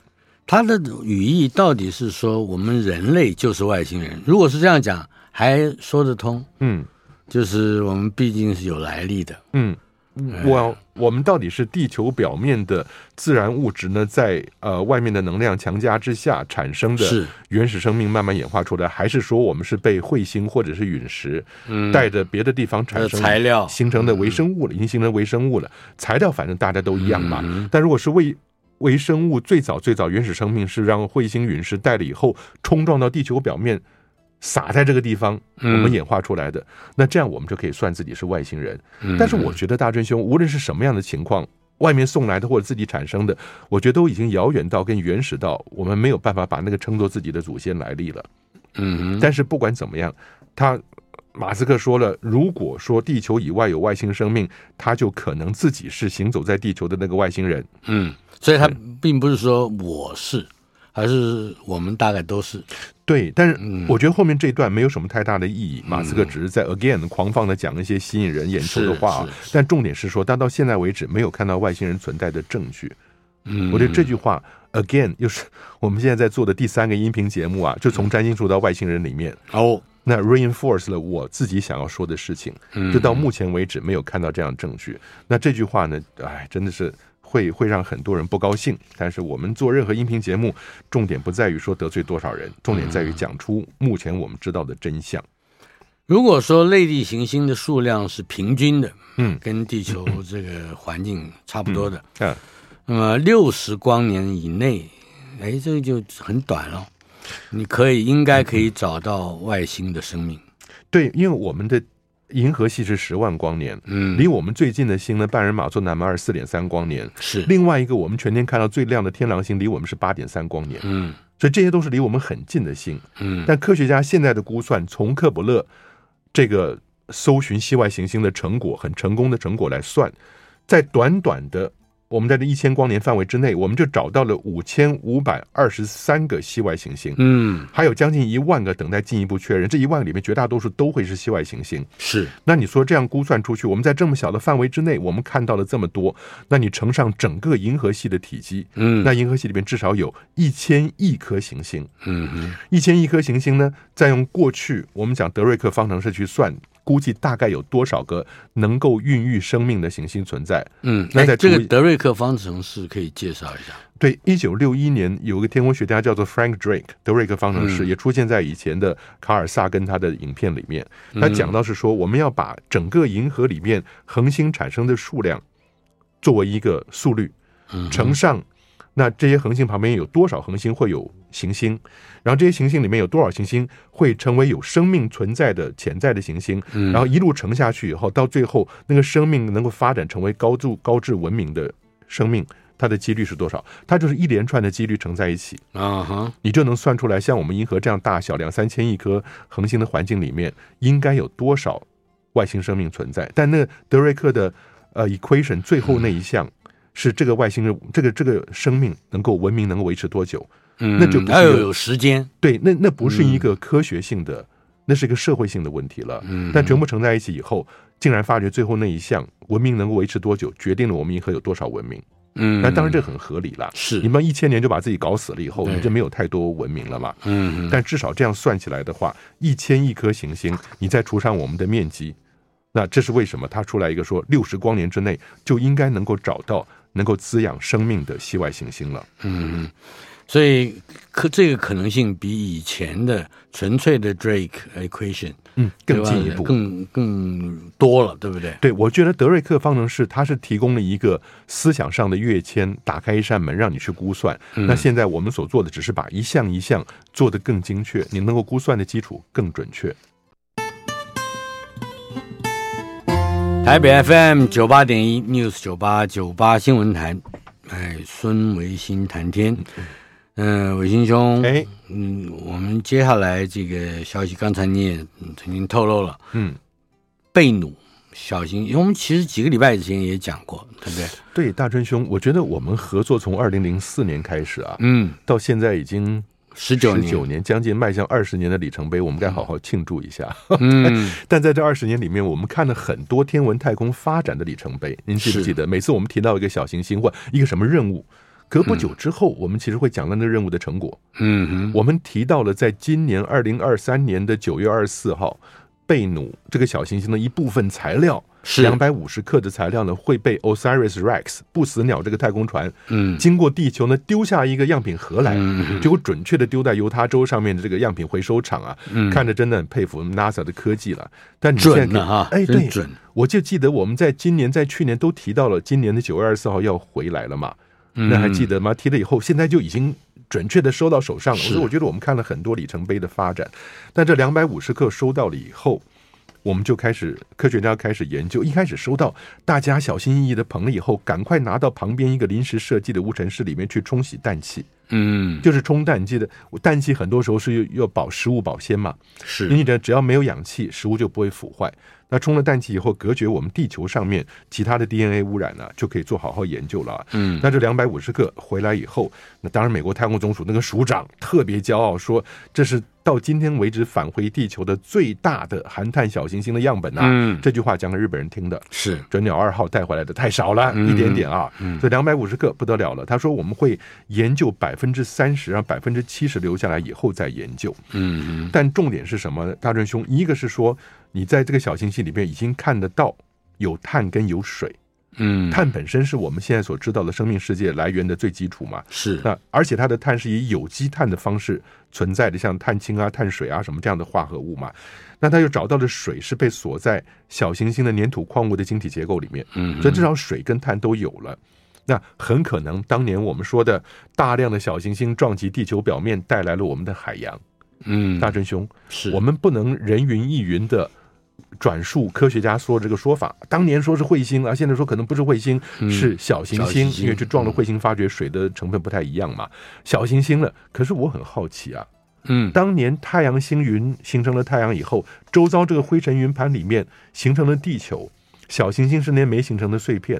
Speaker 2: 他的语义到底是说我们人类就是外星人？如果是这样讲，还说得通，”
Speaker 3: 嗯
Speaker 2: 就是我们毕竟是有来历的。
Speaker 3: 嗯，
Speaker 2: 哎
Speaker 3: 我我们到底是地球表面的自然物质呢，在呃外面的能量强加之下产生
Speaker 2: 是
Speaker 3: 的原始生命慢慢演化出来，还是说我们是被彗星或者是陨石、
Speaker 2: 嗯
Speaker 3: 带着别的地方产生
Speaker 2: 呃材料嗯
Speaker 3: 形成的微生物了？已经形成微生物了，材料反正大家都一样嘛。
Speaker 1: 嗯
Speaker 3: 但如果是为微生物最早最早原始生命是让彗星、陨石带了以后冲撞到地球表面，撒在这个地方，
Speaker 1: 嗯
Speaker 3: 我们演化出来的。那这样我们就可以算自己是外星人。
Speaker 1: 嗯
Speaker 3: 但是我觉得大真兄，无论是什么样的情况，外面送来的或者自己产生的，我觉得都已经遥远到跟原始到我们没有办法把那个称作自己的祖先来历了。
Speaker 2: 嗯
Speaker 3: 但是不管怎么样，他马斯克说了，如果说地球以外有外星生命，他就可能自己是行走在地球的那个外星人。
Speaker 2: 嗯，所以他并不是说我是，而是我们大概都是。
Speaker 3: 对，但是
Speaker 2: 嗯
Speaker 3: 我觉得后面这一段没有什么太大的意义。马斯克只是在 again 狂放的讲一些吸引人眼球的话啊
Speaker 2: 是是，
Speaker 3: 但重点是说，他到现在为止没有看到外星人存在的证据。嗯，我觉得这句话 again 又是我们现在在做的第三个音频节目啊，就从占星术到外星人里面，
Speaker 2: 哦，
Speaker 3: 那 reinforce 了我自己想要说的事情，就到目前为止没有看到这样的证据。那这句话呢，哎，真的是会会让很多人不高兴。但是我们做任何音频节目，重点不在于说得罪多少人，重点在于讲出目前我们知道的真相。
Speaker 2: 如果说类地行星的数量是平均的，
Speaker 3: 嗯
Speaker 2: 跟地球这个环境差不多的，
Speaker 3: 嗯，
Speaker 2: 那么六十光年以内，哎，这个就很短了。你可以应该可以找到外星的生命，
Speaker 3: 对，因为我们的银河系是十万光年，
Speaker 2: 嗯，
Speaker 3: 离我们最近的星呢，半人马座南蛮二十四点三光年。
Speaker 2: 是，
Speaker 3: 另外一个我们全天看到最亮的天狼星，离我们是八点三光年，
Speaker 2: 嗯
Speaker 3: 所以这些都是离我们很近的星。
Speaker 2: 嗯
Speaker 3: 但科学家现在的估算，从克卜勒这个搜寻系外行星的成果，很成功的成果来算，在短短的我们在这一千光年范围之内，我们就找到了五千五百二十三个系外行星，
Speaker 2: 嗯，
Speaker 3: 还有将近一万个等待进一步确认。这一万个里面，绝大多数都会是系外行星。
Speaker 2: 是，
Speaker 3: 那你说这样估算出去，我们在这么小的范围之内，我们看到了这么多，那你乘上整个银河系的体积，
Speaker 2: 嗯
Speaker 3: 那银河系里面至少有一千亿颗行星。
Speaker 2: 嗯哼
Speaker 3: 一千亿颗行星呢，再用过去我们讲德瑞克方程式去算，估计大概有多少个能够孕育生命的行星存在？
Speaker 2: 嗯，
Speaker 3: 那
Speaker 2: 哎
Speaker 3: 再
Speaker 2: 这
Speaker 3: 除
Speaker 2: 个
Speaker 3: 以
Speaker 2: 德瑞克方程式可以介绍一下，
Speaker 3: 对，一九六一年有个天文学家叫做 Frank Drake，德瑞克方程式、也出现在以前的卡尔萨根他的影片里面。他讲到是说，我们要把整个银河里面恒星产生的数量作为一个速率
Speaker 2: 嗯
Speaker 3: 乘上，那这些恒星旁边有多少恒星会有行星，然后这些行星里面有多少行星会成为有生命存在的潜在的行星，然后一路乘下去以后，到最后那个生命能够发展成为高度高质文明的生命。它的几率是多少？它就是一连串的几率乘在一起，
Speaker 2: 啊哈，
Speaker 3: 你就能算出来，像我们银河这样大小两三千亿颗恒星的环境里面，应该有多少外星生命存在。但那德瑞克的呃 equation 最后那一项是这个外星人这个这个生命能够文明能够维持多久？
Speaker 2: 嗯，
Speaker 3: 那就不是
Speaker 2: 要
Speaker 3: 有
Speaker 2: 有时间，
Speaker 3: 对，那那不是一个科学性的，那是一个社会性的问题了。
Speaker 2: 嗯，
Speaker 3: 但全部乘在一起以后，竟然发觉最后那一项文明能够维持多久，决定了我们银河有多少文明。
Speaker 2: 嗯，
Speaker 3: 那当然这很合理啦。
Speaker 2: 是
Speaker 3: 你，们一千年就把自己搞死了以后，
Speaker 2: 对
Speaker 3: 你就没有太多文明了嘛。
Speaker 2: 嗯嗯
Speaker 3: 但至少这样算起来的话，一千亿颗行星，你再除上我们的面积，那这是为什么？他出来一个说，六十光年之内就应该能够找到能够滋养生命的系外行星了。
Speaker 2: 嗯嗯，所以可这个可能性比以前的纯粹的 Drake equation
Speaker 3: 嗯，
Speaker 2: 对
Speaker 3: 更
Speaker 2: 吧
Speaker 3: 进一步，
Speaker 2: 更更多了，对不对？
Speaker 3: 对，我觉得德瑞克方程式它是提供了一个思想上的跃迁，打开一扇门让你去估算。
Speaker 2: 嗯
Speaker 3: 那现在我们所做的只是把一项一项做得更精确，你能够估算的基础更准确。
Speaker 2: 台北 FM 九八点一 News 九八九八新闻台，哎，孙维新谈天，嗯、维新兄，
Speaker 3: 哎，
Speaker 2: 嗯，我们接下来这个消息，刚才你也嗯曾经透露了，
Speaker 3: 嗯，
Speaker 2: 贝努小心，因为我们其实几个礼拜以前也讲过，对不对？
Speaker 3: 对，大春兄，我觉得我们合作从二零零四年开始啊，
Speaker 2: 嗯，
Speaker 3: 到现在已经
Speaker 2: 十九
Speaker 3: 十
Speaker 2: 年，
Speaker 3: 九年，将近迈向二十年的里程碑，我们该好好庆祝一下。
Speaker 2: 嗯，
Speaker 3: 但在这二十年里面，我们看了很多天文太空发展的里程碑。您记不
Speaker 2: 是
Speaker 3: 记得？每次我们提到一个小行星或一个什么任务，隔不久之后，我们其实会讲到那个任务的成果。
Speaker 2: 嗯哼，
Speaker 3: 我们提到了，在今年二零二三年的九月二十四号，贝努这个小行星的一部分材料，
Speaker 2: 是
Speaker 3: 两，百五十克的材料呢，会被 Osiris-Rex 不死鸟这个太空船
Speaker 2: 嗯
Speaker 3: 经过地球呢丢下一个样品盒来。
Speaker 2: 嗯
Speaker 3: 结果准确的丢在犹他州上面的这个样品回收厂啊，
Speaker 2: 嗯，
Speaker 3: 看着真的很佩服 NASA 的科技了。但你现在
Speaker 2: 准
Speaker 3: 可以
Speaker 2: 了哈，
Speaker 3: 哎，
Speaker 2: 真
Speaker 3: 对，
Speaker 2: 准，
Speaker 3: 我就记得我们在今年、在去年都提到了，今年的九月二十四号要回来了嘛？那还记得吗？提了以后，现在就已经准确的收到手上了。
Speaker 2: 是
Speaker 3: 所以我觉得我们看了很多里程碑的发展，但这两百五十克收到了以后。我们就开始，科学家开始研究。一开始收到，大家小心翼翼的捧了以后，赶快拿到旁边一个临时设计的无尘室里面去冲洗氮气，
Speaker 2: 嗯，
Speaker 3: 就是冲氮气的。氮气很多时候是要要保食物保鲜嘛，
Speaker 2: 是，
Speaker 3: 因为只要没有氧气，食物就不会腐坏。那充了氮气以后，隔绝我们地球上面其他的 DNA 污染呢、啊就可以做好好研究了啊。
Speaker 2: 嗯
Speaker 3: 那这两百五十克回来以后，那当然美国太空总署那个署长特别骄傲，说这是到今天为止返回地球的最大的含碳小行星的样本呐、
Speaker 2: 嗯
Speaker 3: 这句话讲给日本人听的。
Speaker 2: 是，
Speaker 3: 准鸟二号带回来的太少了，
Speaker 2: 嗯
Speaker 3: 一点点啊，所以两百五十克不得了了。他说我们会研究百分之三十，让百分之七十留下来以后再研究。
Speaker 2: 嗯
Speaker 3: 但重点是什么呢？大真兄，一个是说你在这个小行星里面已经看得到有碳跟有水，
Speaker 2: 嗯，
Speaker 3: 碳本身是我们现在所知道的生命世界来源的最基础嘛。
Speaker 2: 是，
Speaker 3: 那而且它的碳是以有机碳的方式存在的，像碳氢啊、碳水啊什么这样的化合物嘛。那他又找到了水是被锁在小行星的粘土矿物的晶体结构里面，
Speaker 2: 嗯
Speaker 3: 所以至少水跟碳都有了。那很可能当年我们说的大量的小行星撞击地球表面，带来了我们的海洋。
Speaker 2: 嗯，
Speaker 3: 大真兄，
Speaker 2: 是
Speaker 3: 我们不能人云亦云的转述科学家说这个说法，当年说是彗星啊，现在说可能不是彗星，是小行
Speaker 2: 嗯小
Speaker 3: 星
Speaker 2: 行，星
Speaker 3: 因为去撞了彗星，发觉水的成分不太一样嘛，小行星了。可是我很好奇啊，
Speaker 2: 嗯，
Speaker 3: 当年太阳星云形成了太阳以后，周遭这个灰尘云盘里面形成了地球，小行星是那些没形成的碎片。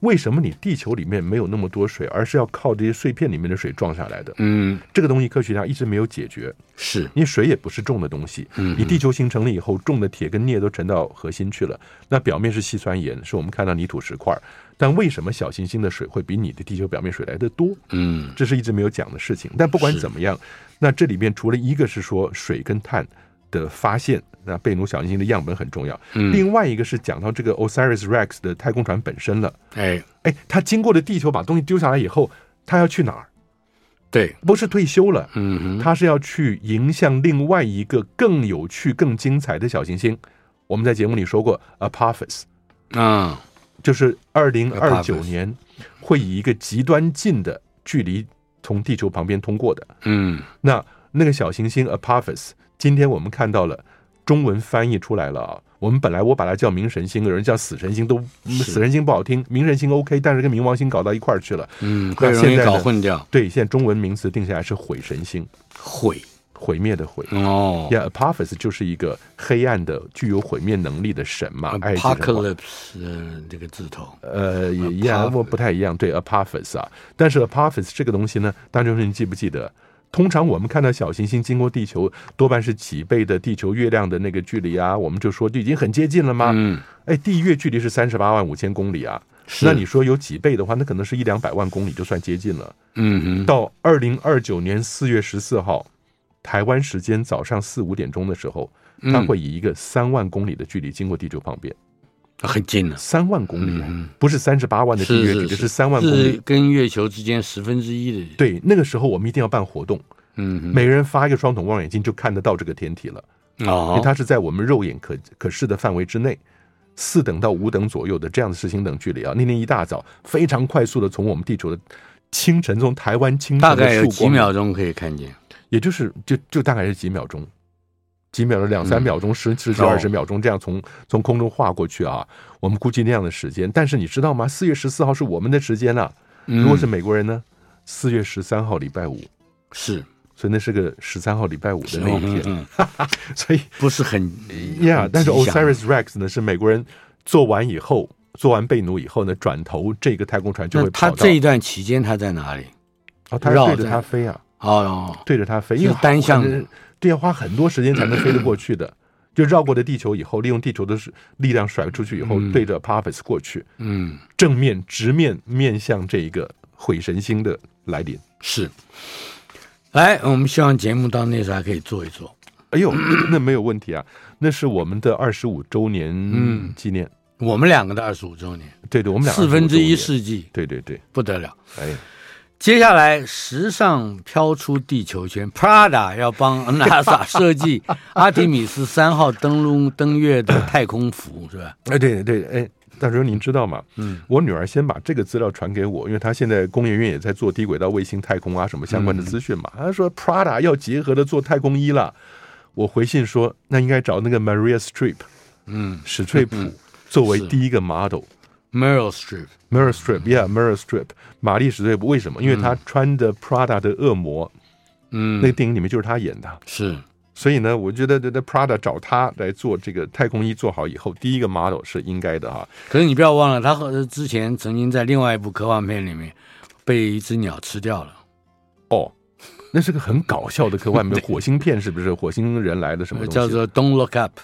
Speaker 3: 为什么你地球里面没有那么多水，而是要靠这些碎片里面的水撞下来的？
Speaker 2: 嗯，
Speaker 3: 这个东西科学家一直没有解决，
Speaker 2: 是，
Speaker 3: 因为水也不是重的东西。
Speaker 2: 嗯
Speaker 3: 你地球形成了以后，重的铁跟镍都沉到核心去了，那表面是细酸盐，是我们看到泥土石块。但为什么小行星的水会比你的地球表面水来的多？
Speaker 2: 嗯，
Speaker 3: 这是一直没有讲的事情。但不管
Speaker 2: 是
Speaker 3: 怎么样，那这里面除了一个是说水跟碳的发现，那贝努小行星的样本很重要。
Speaker 2: 嗯
Speaker 3: 另外一个是讲到这个 Osiris Rex 的太空船本身了。
Speaker 2: 哎，
Speaker 3: 哎，它经过了地球，把东西丢下来以后，它要去哪儿？
Speaker 2: 对，
Speaker 3: 不是退休了，
Speaker 2: 嗯哼，
Speaker 3: 它是要去迎向另外一个更有趣、更精彩的小行星。我们在节目里说过，Apophis，
Speaker 2: 啊，
Speaker 3: 就是二零二九
Speaker 2: Apophis
Speaker 3: 年会以一个极端近的距离从地球旁边通过的。
Speaker 2: 嗯，
Speaker 3: 那那个小行星 Apophis，今天我们看到了，中文翻译出来了啊。我们本来我把它叫冥神星，有人叫死神星，都嗯
Speaker 2: 是
Speaker 3: 死神星不好听，冥神星 OK，但是跟冥王星搞到一块儿去了。
Speaker 2: 嗯，
Speaker 3: 那
Speaker 2: 会容
Speaker 3: 现
Speaker 2: 易
Speaker 3: 在
Speaker 2: 搞
Speaker 3: 呢
Speaker 2: 混掉，
Speaker 3: 对，现在中文名词定下来是毁神星，
Speaker 2: 毁
Speaker 3: 毁灭的毁。
Speaker 2: 哦
Speaker 3: 呀、a p o p h i s 就是一个黑暗的、具有毁灭能力的神嘛。埃及神话
Speaker 2: ，apocalypse 呃这个字头，
Speaker 3: 呃，也一样，
Speaker 2: Apophis
Speaker 3: 不不太一样。对，Apophis 啊，但是 Apophis 这个东西呢，大众你记不记得？通常我们看到小行星经过地球，多半是几倍的地球月亮的那个距离啊，我们就说就已经很接近了吗？
Speaker 2: 嗯，
Speaker 3: 哎，地月距离是三十八万五千公里啊，
Speaker 2: 是
Speaker 3: 那你说有几倍的话，那可能是一两百万公里就算接近了。
Speaker 2: 嗯哼，
Speaker 3: 到二零二九年四月十四号，台湾时间早上四五点钟的时候，它
Speaker 2: 嗯
Speaker 3: 会以一个三万公里的距离经过地球旁边，
Speaker 2: 很近了，
Speaker 3: 三万公里啊。
Speaker 2: 嗯
Speaker 3: 不是三十八万的地
Speaker 2: 是
Speaker 3: 月
Speaker 2: 是
Speaker 3: 距离，
Speaker 2: 是
Speaker 3: 是三万
Speaker 2: 哼，
Speaker 3: 公
Speaker 2: 是
Speaker 3: 里。
Speaker 2: 跟月球之间十分之一的，
Speaker 3: 对，那个时候我们一定要办活动，
Speaker 2: 嗯
Speaker 3: 每个人发一个双筒望远镜就看得到这个天体了，
Speaker 2: 哼，
Speaker 3: 因为
Speaker 2: 哦，
Speaker 3: 它是在我们肉眼可可视的范围之内，四等到五等左右的这样的视星等距离啊。那天一大早，非常快速的从我们地球的清晨，从台湾清
Speaker 2: 大
Speaker 3: 晨的
Speaker 2: 概有
Speaker 3: 曙
Speaker 2: 几
Speaker 3: 光，
Speaker 2: 秒钟可以看见，
Speaker 3: 也就是就就大概是几秒钟，几秒钟两三秒钟，十十几
Speaker 2: 哦
Speaker 3: 二十秒钟这样从从空中划过去啊。我们估计那样的时间，但是你知道吗？四月十四号是我们的时间啊。如果是
Speaker 2: 嗯
Speaker 3: 美国人呢，四月十三号礼拜五，
Speaker 2: 是
Speaker 3: 所以那是个十三号礼拜五的那一
Speaker 2: 嗯
Speaker 3: 天。
Speaker 2: 嗯，
Speaker 3: 所以
Speaker 2: 不是很
Speaker 3: 呀，但是
Speaker 2: Osiris
Speaker 3: Osiris Rex 呢是美国人做完以后，做完贝努以后呢，转头这个太空船就
Speaker 2: 那
Speaker 3: 会
Speaker 2: 他
Speaker 3: 跑到
Speaker 2: 这一段期间他在哪里？
Speaker 3: 哦，他
Speaker 2: 绕
Speaker 3: 对着
Speaker 2: 在
Speaker 3: 它飞啊，
Speaker 2: 哦，
Speaker 3: 对着它飞，因为
Speaker 2: 是单向的
Speaker 3: 很对，要花很多时间才能飞得过去的。就绕过了地球以后，利用地球的力量甩出去以后，对着 p a p a s 过去，
Speaker 2: 嗯，
Speaker 3: 正面直面面向这一个毁神星的来临。
Speaker 2: 是。来，我们希望节目到那时候还可以做一做。
Speaker 3: 哎呦，那没有问题啊，那是我们的二十五周年纪念。
Speaker 2: 我们两个的二十五周年，
Speaker 3: 对对，我们
Speaker 2: 嗯
Speaker 3: 俩
Speaker 2: 四分之一
Speaker 3: 25周年，
Speaker 2: 世纪，
Speaker 3: 对对对，
Speaker 2: 不得了。
Speaker 3: 哎，
Speaker 2: 接下来，时尚飘出地球圈，Prada 要 帮 NASA 设计阿提米斯三号登陆登月的太空服，是吧？
Speaker 3: 哎对对哎。大叔，您知道吗？嗯，我女儿先把这个资料传给我，因为她现在工研院也在做低轨道卫星、太空啊什么相关的资讯嘛。她说 Prada 要结合的做太空衣了，我回信说那应该找那个 Maria Strip，嗯，史翠普作为第一个 model。
Speaker 2: Meryl Streep，
Speaker 3: Meryl Streep，yeah，Meryl Streep，玛丽史翠普为什么？因为她穿的 Prada 的恶魔，
Speaker 2: 嗯
Speaker 3: 那个电影里面就是她演的。
Speaker 2: 是
Speaker 3: 所以呢，我觉得这这 Prada 找他来做这个太空衣做好以后，第一个 model 是应该的哈。
Speaker 2: 可是你不要忘了，他和之前曾经在另外一部科幻片里面被一只鸟吃掉了，
Speaker 3: 哦，那是个很搞笑的科幻片，火星片是不是？火星人来的什么东西？啊
Speaker 2: 叫做 Don't Look Up，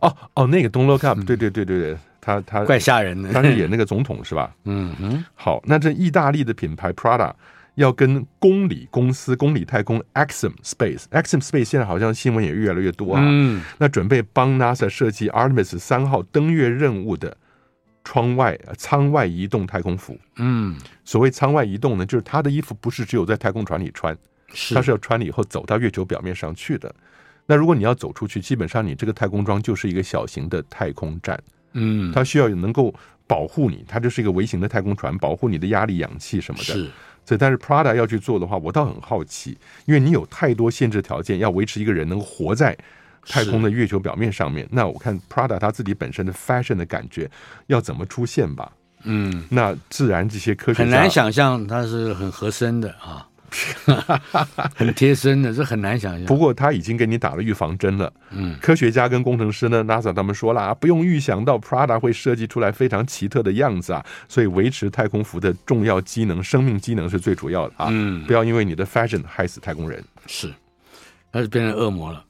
Speaker 3: 哦哦，那个 Don't Look Up，对对对对对，他他
Speaker 2: 怪吓人的。
Speaker 3: 当时演那个总统是吧？
Speaker 2: 嗯哼，
Speaker 3: 好，那这意大利的品牌 Prada 要跟公里公司、公里太空 Axiom Space，Axiom Space 现在好像新闻也越来越多啊。
Speaker 2: 嗯，
Speaker 3: 那准备帮 NASA 设计 Artemis 三号登月任务的窗外呃舱外移动太空服。
Speaker 2: 嗯，
Speaker 3: 所谓舱外移动呢，就是他的衣服不是只有在太空船里穿，
Speaker 2: 是
Speaker 3: 他是要穿了以后走到月球表面上去的。那如果你要走出去，基本上你这个太空装就是一个小型的太空站，
Speaker 2: 嗯，
Speaker 3: 它需要能够保护你，它就是一个微型的太空船，保护你的压力、氧气什么的。
Speaker 2: 是
Speaker 3: 所以，但是 Prada 要去做的话，我倒很好奇，因为你有太多限制条件，要维持一个人能活在太空的月球表面上面。那我看 Prada 它自己本身的 fashion 的感觉要怎么出现吧？
Speaker 2: 嗯，
Speaker 3: 那自然这些科学家
Speaker 2: 很难想象它是很合身的 啊，很贴身的，这很难想象。
Speaker 3: 不过他已经给你打了预防针了。
Speaker 2: 嗯，
Speaker 3: 科学家跟工程师呢，NASA 他们说了啊，不用预想到 Prada 会设计出来非常奇特的样子啊，所以维持太空服的重要机能、生命机能是最主要的啊。
Speaker 2: 嗯
Speaker 3: 不要因为你的 fashion 害死太空人。
Speaker 2: 是，它就变成恶魔 了。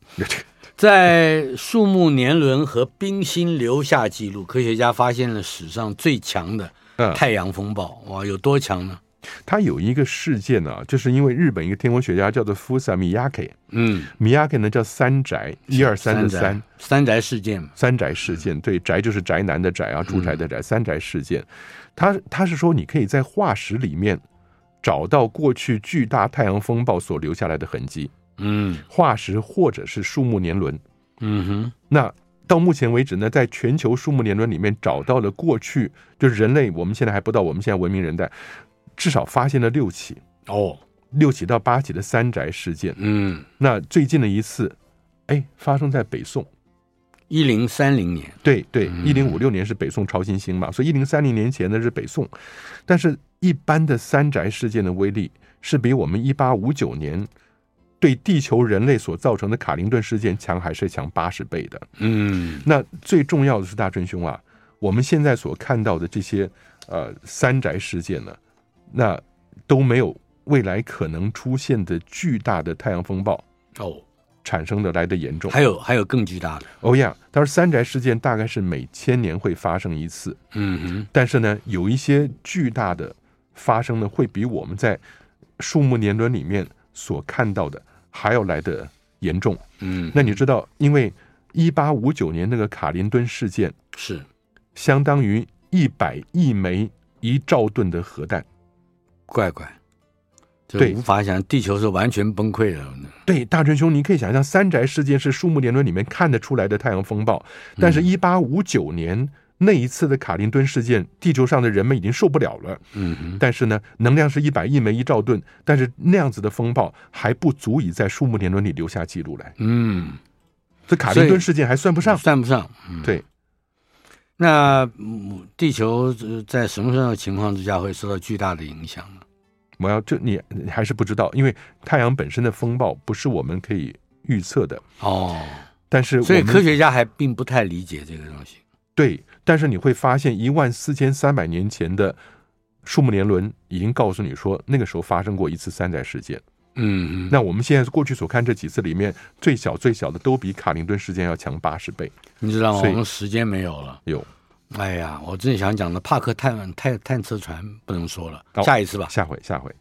Speaker 2: 在树木年轮和冰心留下记录，科学家发现了史上最强的
Speaker 3: 嗯
Speaker 2: 太阳风暴。哇，有多强呢？
Speaker 3: 他有一个事件呢、就是因为日本一个天文学家叫做 Fusa Miyake，
Speaker 2: 嗯，
Speaker 3: 米亚克呢叫三宅，一二三的
Speaker 2: 宅
Speaker 3: 三，
Speaker 2: 三宅事件嘛。
Speaker 3: 三宅事件。对，宅就是宅男的宅啊，住宅的宅，三宅事件。他他是说，你可以在化石里面找到过去巨大太阳风暴所留下来的痕迹，
Speaker 2: 嗯
Speaker 3: 化石或者是树木年轮。
Speaker 2: 嗯哼，
Speaker 3: 那到目前为止呢，在全球树木年轮里面找到了过去，就是人类，我们现在还不到我们现在文明人代，至少发现了六起，
Speaker 2: 哦，
Speaker 3: 六起到八起的三宅事件。
Speaker 2: 嗯，
Speaker 3: 那最近的一次，哎，发生在北宋。
Speaker 2: 一零三零年，
Speaker 3: 对对，
Speaker 2: 嗯
Speaker 3: 一零五六年是北宋超新星嘛，所以一零三零年前呢是北宋，但是一般的三宅事件的威力是比我们一八五九年对地球人类所造成的卡林顿事件强还是强八十倍的。
Speaker 2: 嗯
Speaker 3: 那最重要的是，大真兄啊，我们现在所看到的这些呃三宅事件呢，那都没有未来可能出现的巨大的太阳风暴
Speaker 2: 哦，
Speaker 3: 产生的来的严重。
Speaker 2: 还有还有更巨大的，
Speaker 3: 欧亚，他说三宅事件大概是每千年会发生一次。
Speaker 2: 嗯
Speaker 3: 但是呢，有一些巨大的发生呢，会比我们在树木年轮里面所看到的还要来的严重。
Speaker 2: 哼，嗯，
Speaker 3: 那你知道，因为一八五九年那个卡林顿事件，
Speaker 2: 是
Speaker 3: 相当于一百亿枚一兆吨的核弹。
Speaker 2: 怪怪，这
Speaker 3: 对
Speaker 2: 无法想，地球是完全崩溃了呢，
Speaker 3: 对，大春兄，你可以想象三宅事件是树木年轮里面看得出来的太阳风暴，但是，一八五九年那一次的卡林顿事件，地球上的人们已经受不了了。
Speaker 2: 嗯哼，
Speaker 3: 但是呢，能量是一百亿枚一兆吨，但是那样子的风暴还不足以在树木年轮里留下记录来。
Speaker 2: 嗯，
Speaker 3: 这卡
Speaker 2: 所以
Speaker 3: 林顿事件还算不上。
Speaker 2: 算不上，嗯
Speaker 3: 对，
Speaker 2: 那嗯地球呃在什么样的情况之下会受到巨大的影响呢？
Speaker 3: 我要这你你还是不知道，因为太阳本身的风暴不是我们可以预测的。
Speaker 2: 哦，
Speaker 3: 但是我们
Speaker 2: 所以科学家还并不太理解这个东西。
Speaker 3: 对，但是你会发现一万四千三百年前的树木年轮已经告诉你说，那个时候发生过一次三灾事件。
Speaker 2: 嗯哼，
Speaker 3: 那我们现在过去所看这几次里面，最小最小的都比卡林顿事件要强八十倍。
Speaker 2: 你知道吗？
Speaker 3: 所
Speaker 2: 我
Speaker 3: 以
Speaker 2: 们时间没有了。
Speaker 3: 有，
Speaker 2: 哎呀，我正想讲的帕克探探探测船不能说了，
Speaker 3: 哦
Speaker 2: 下一次吧。
Speaker 3: 下回下回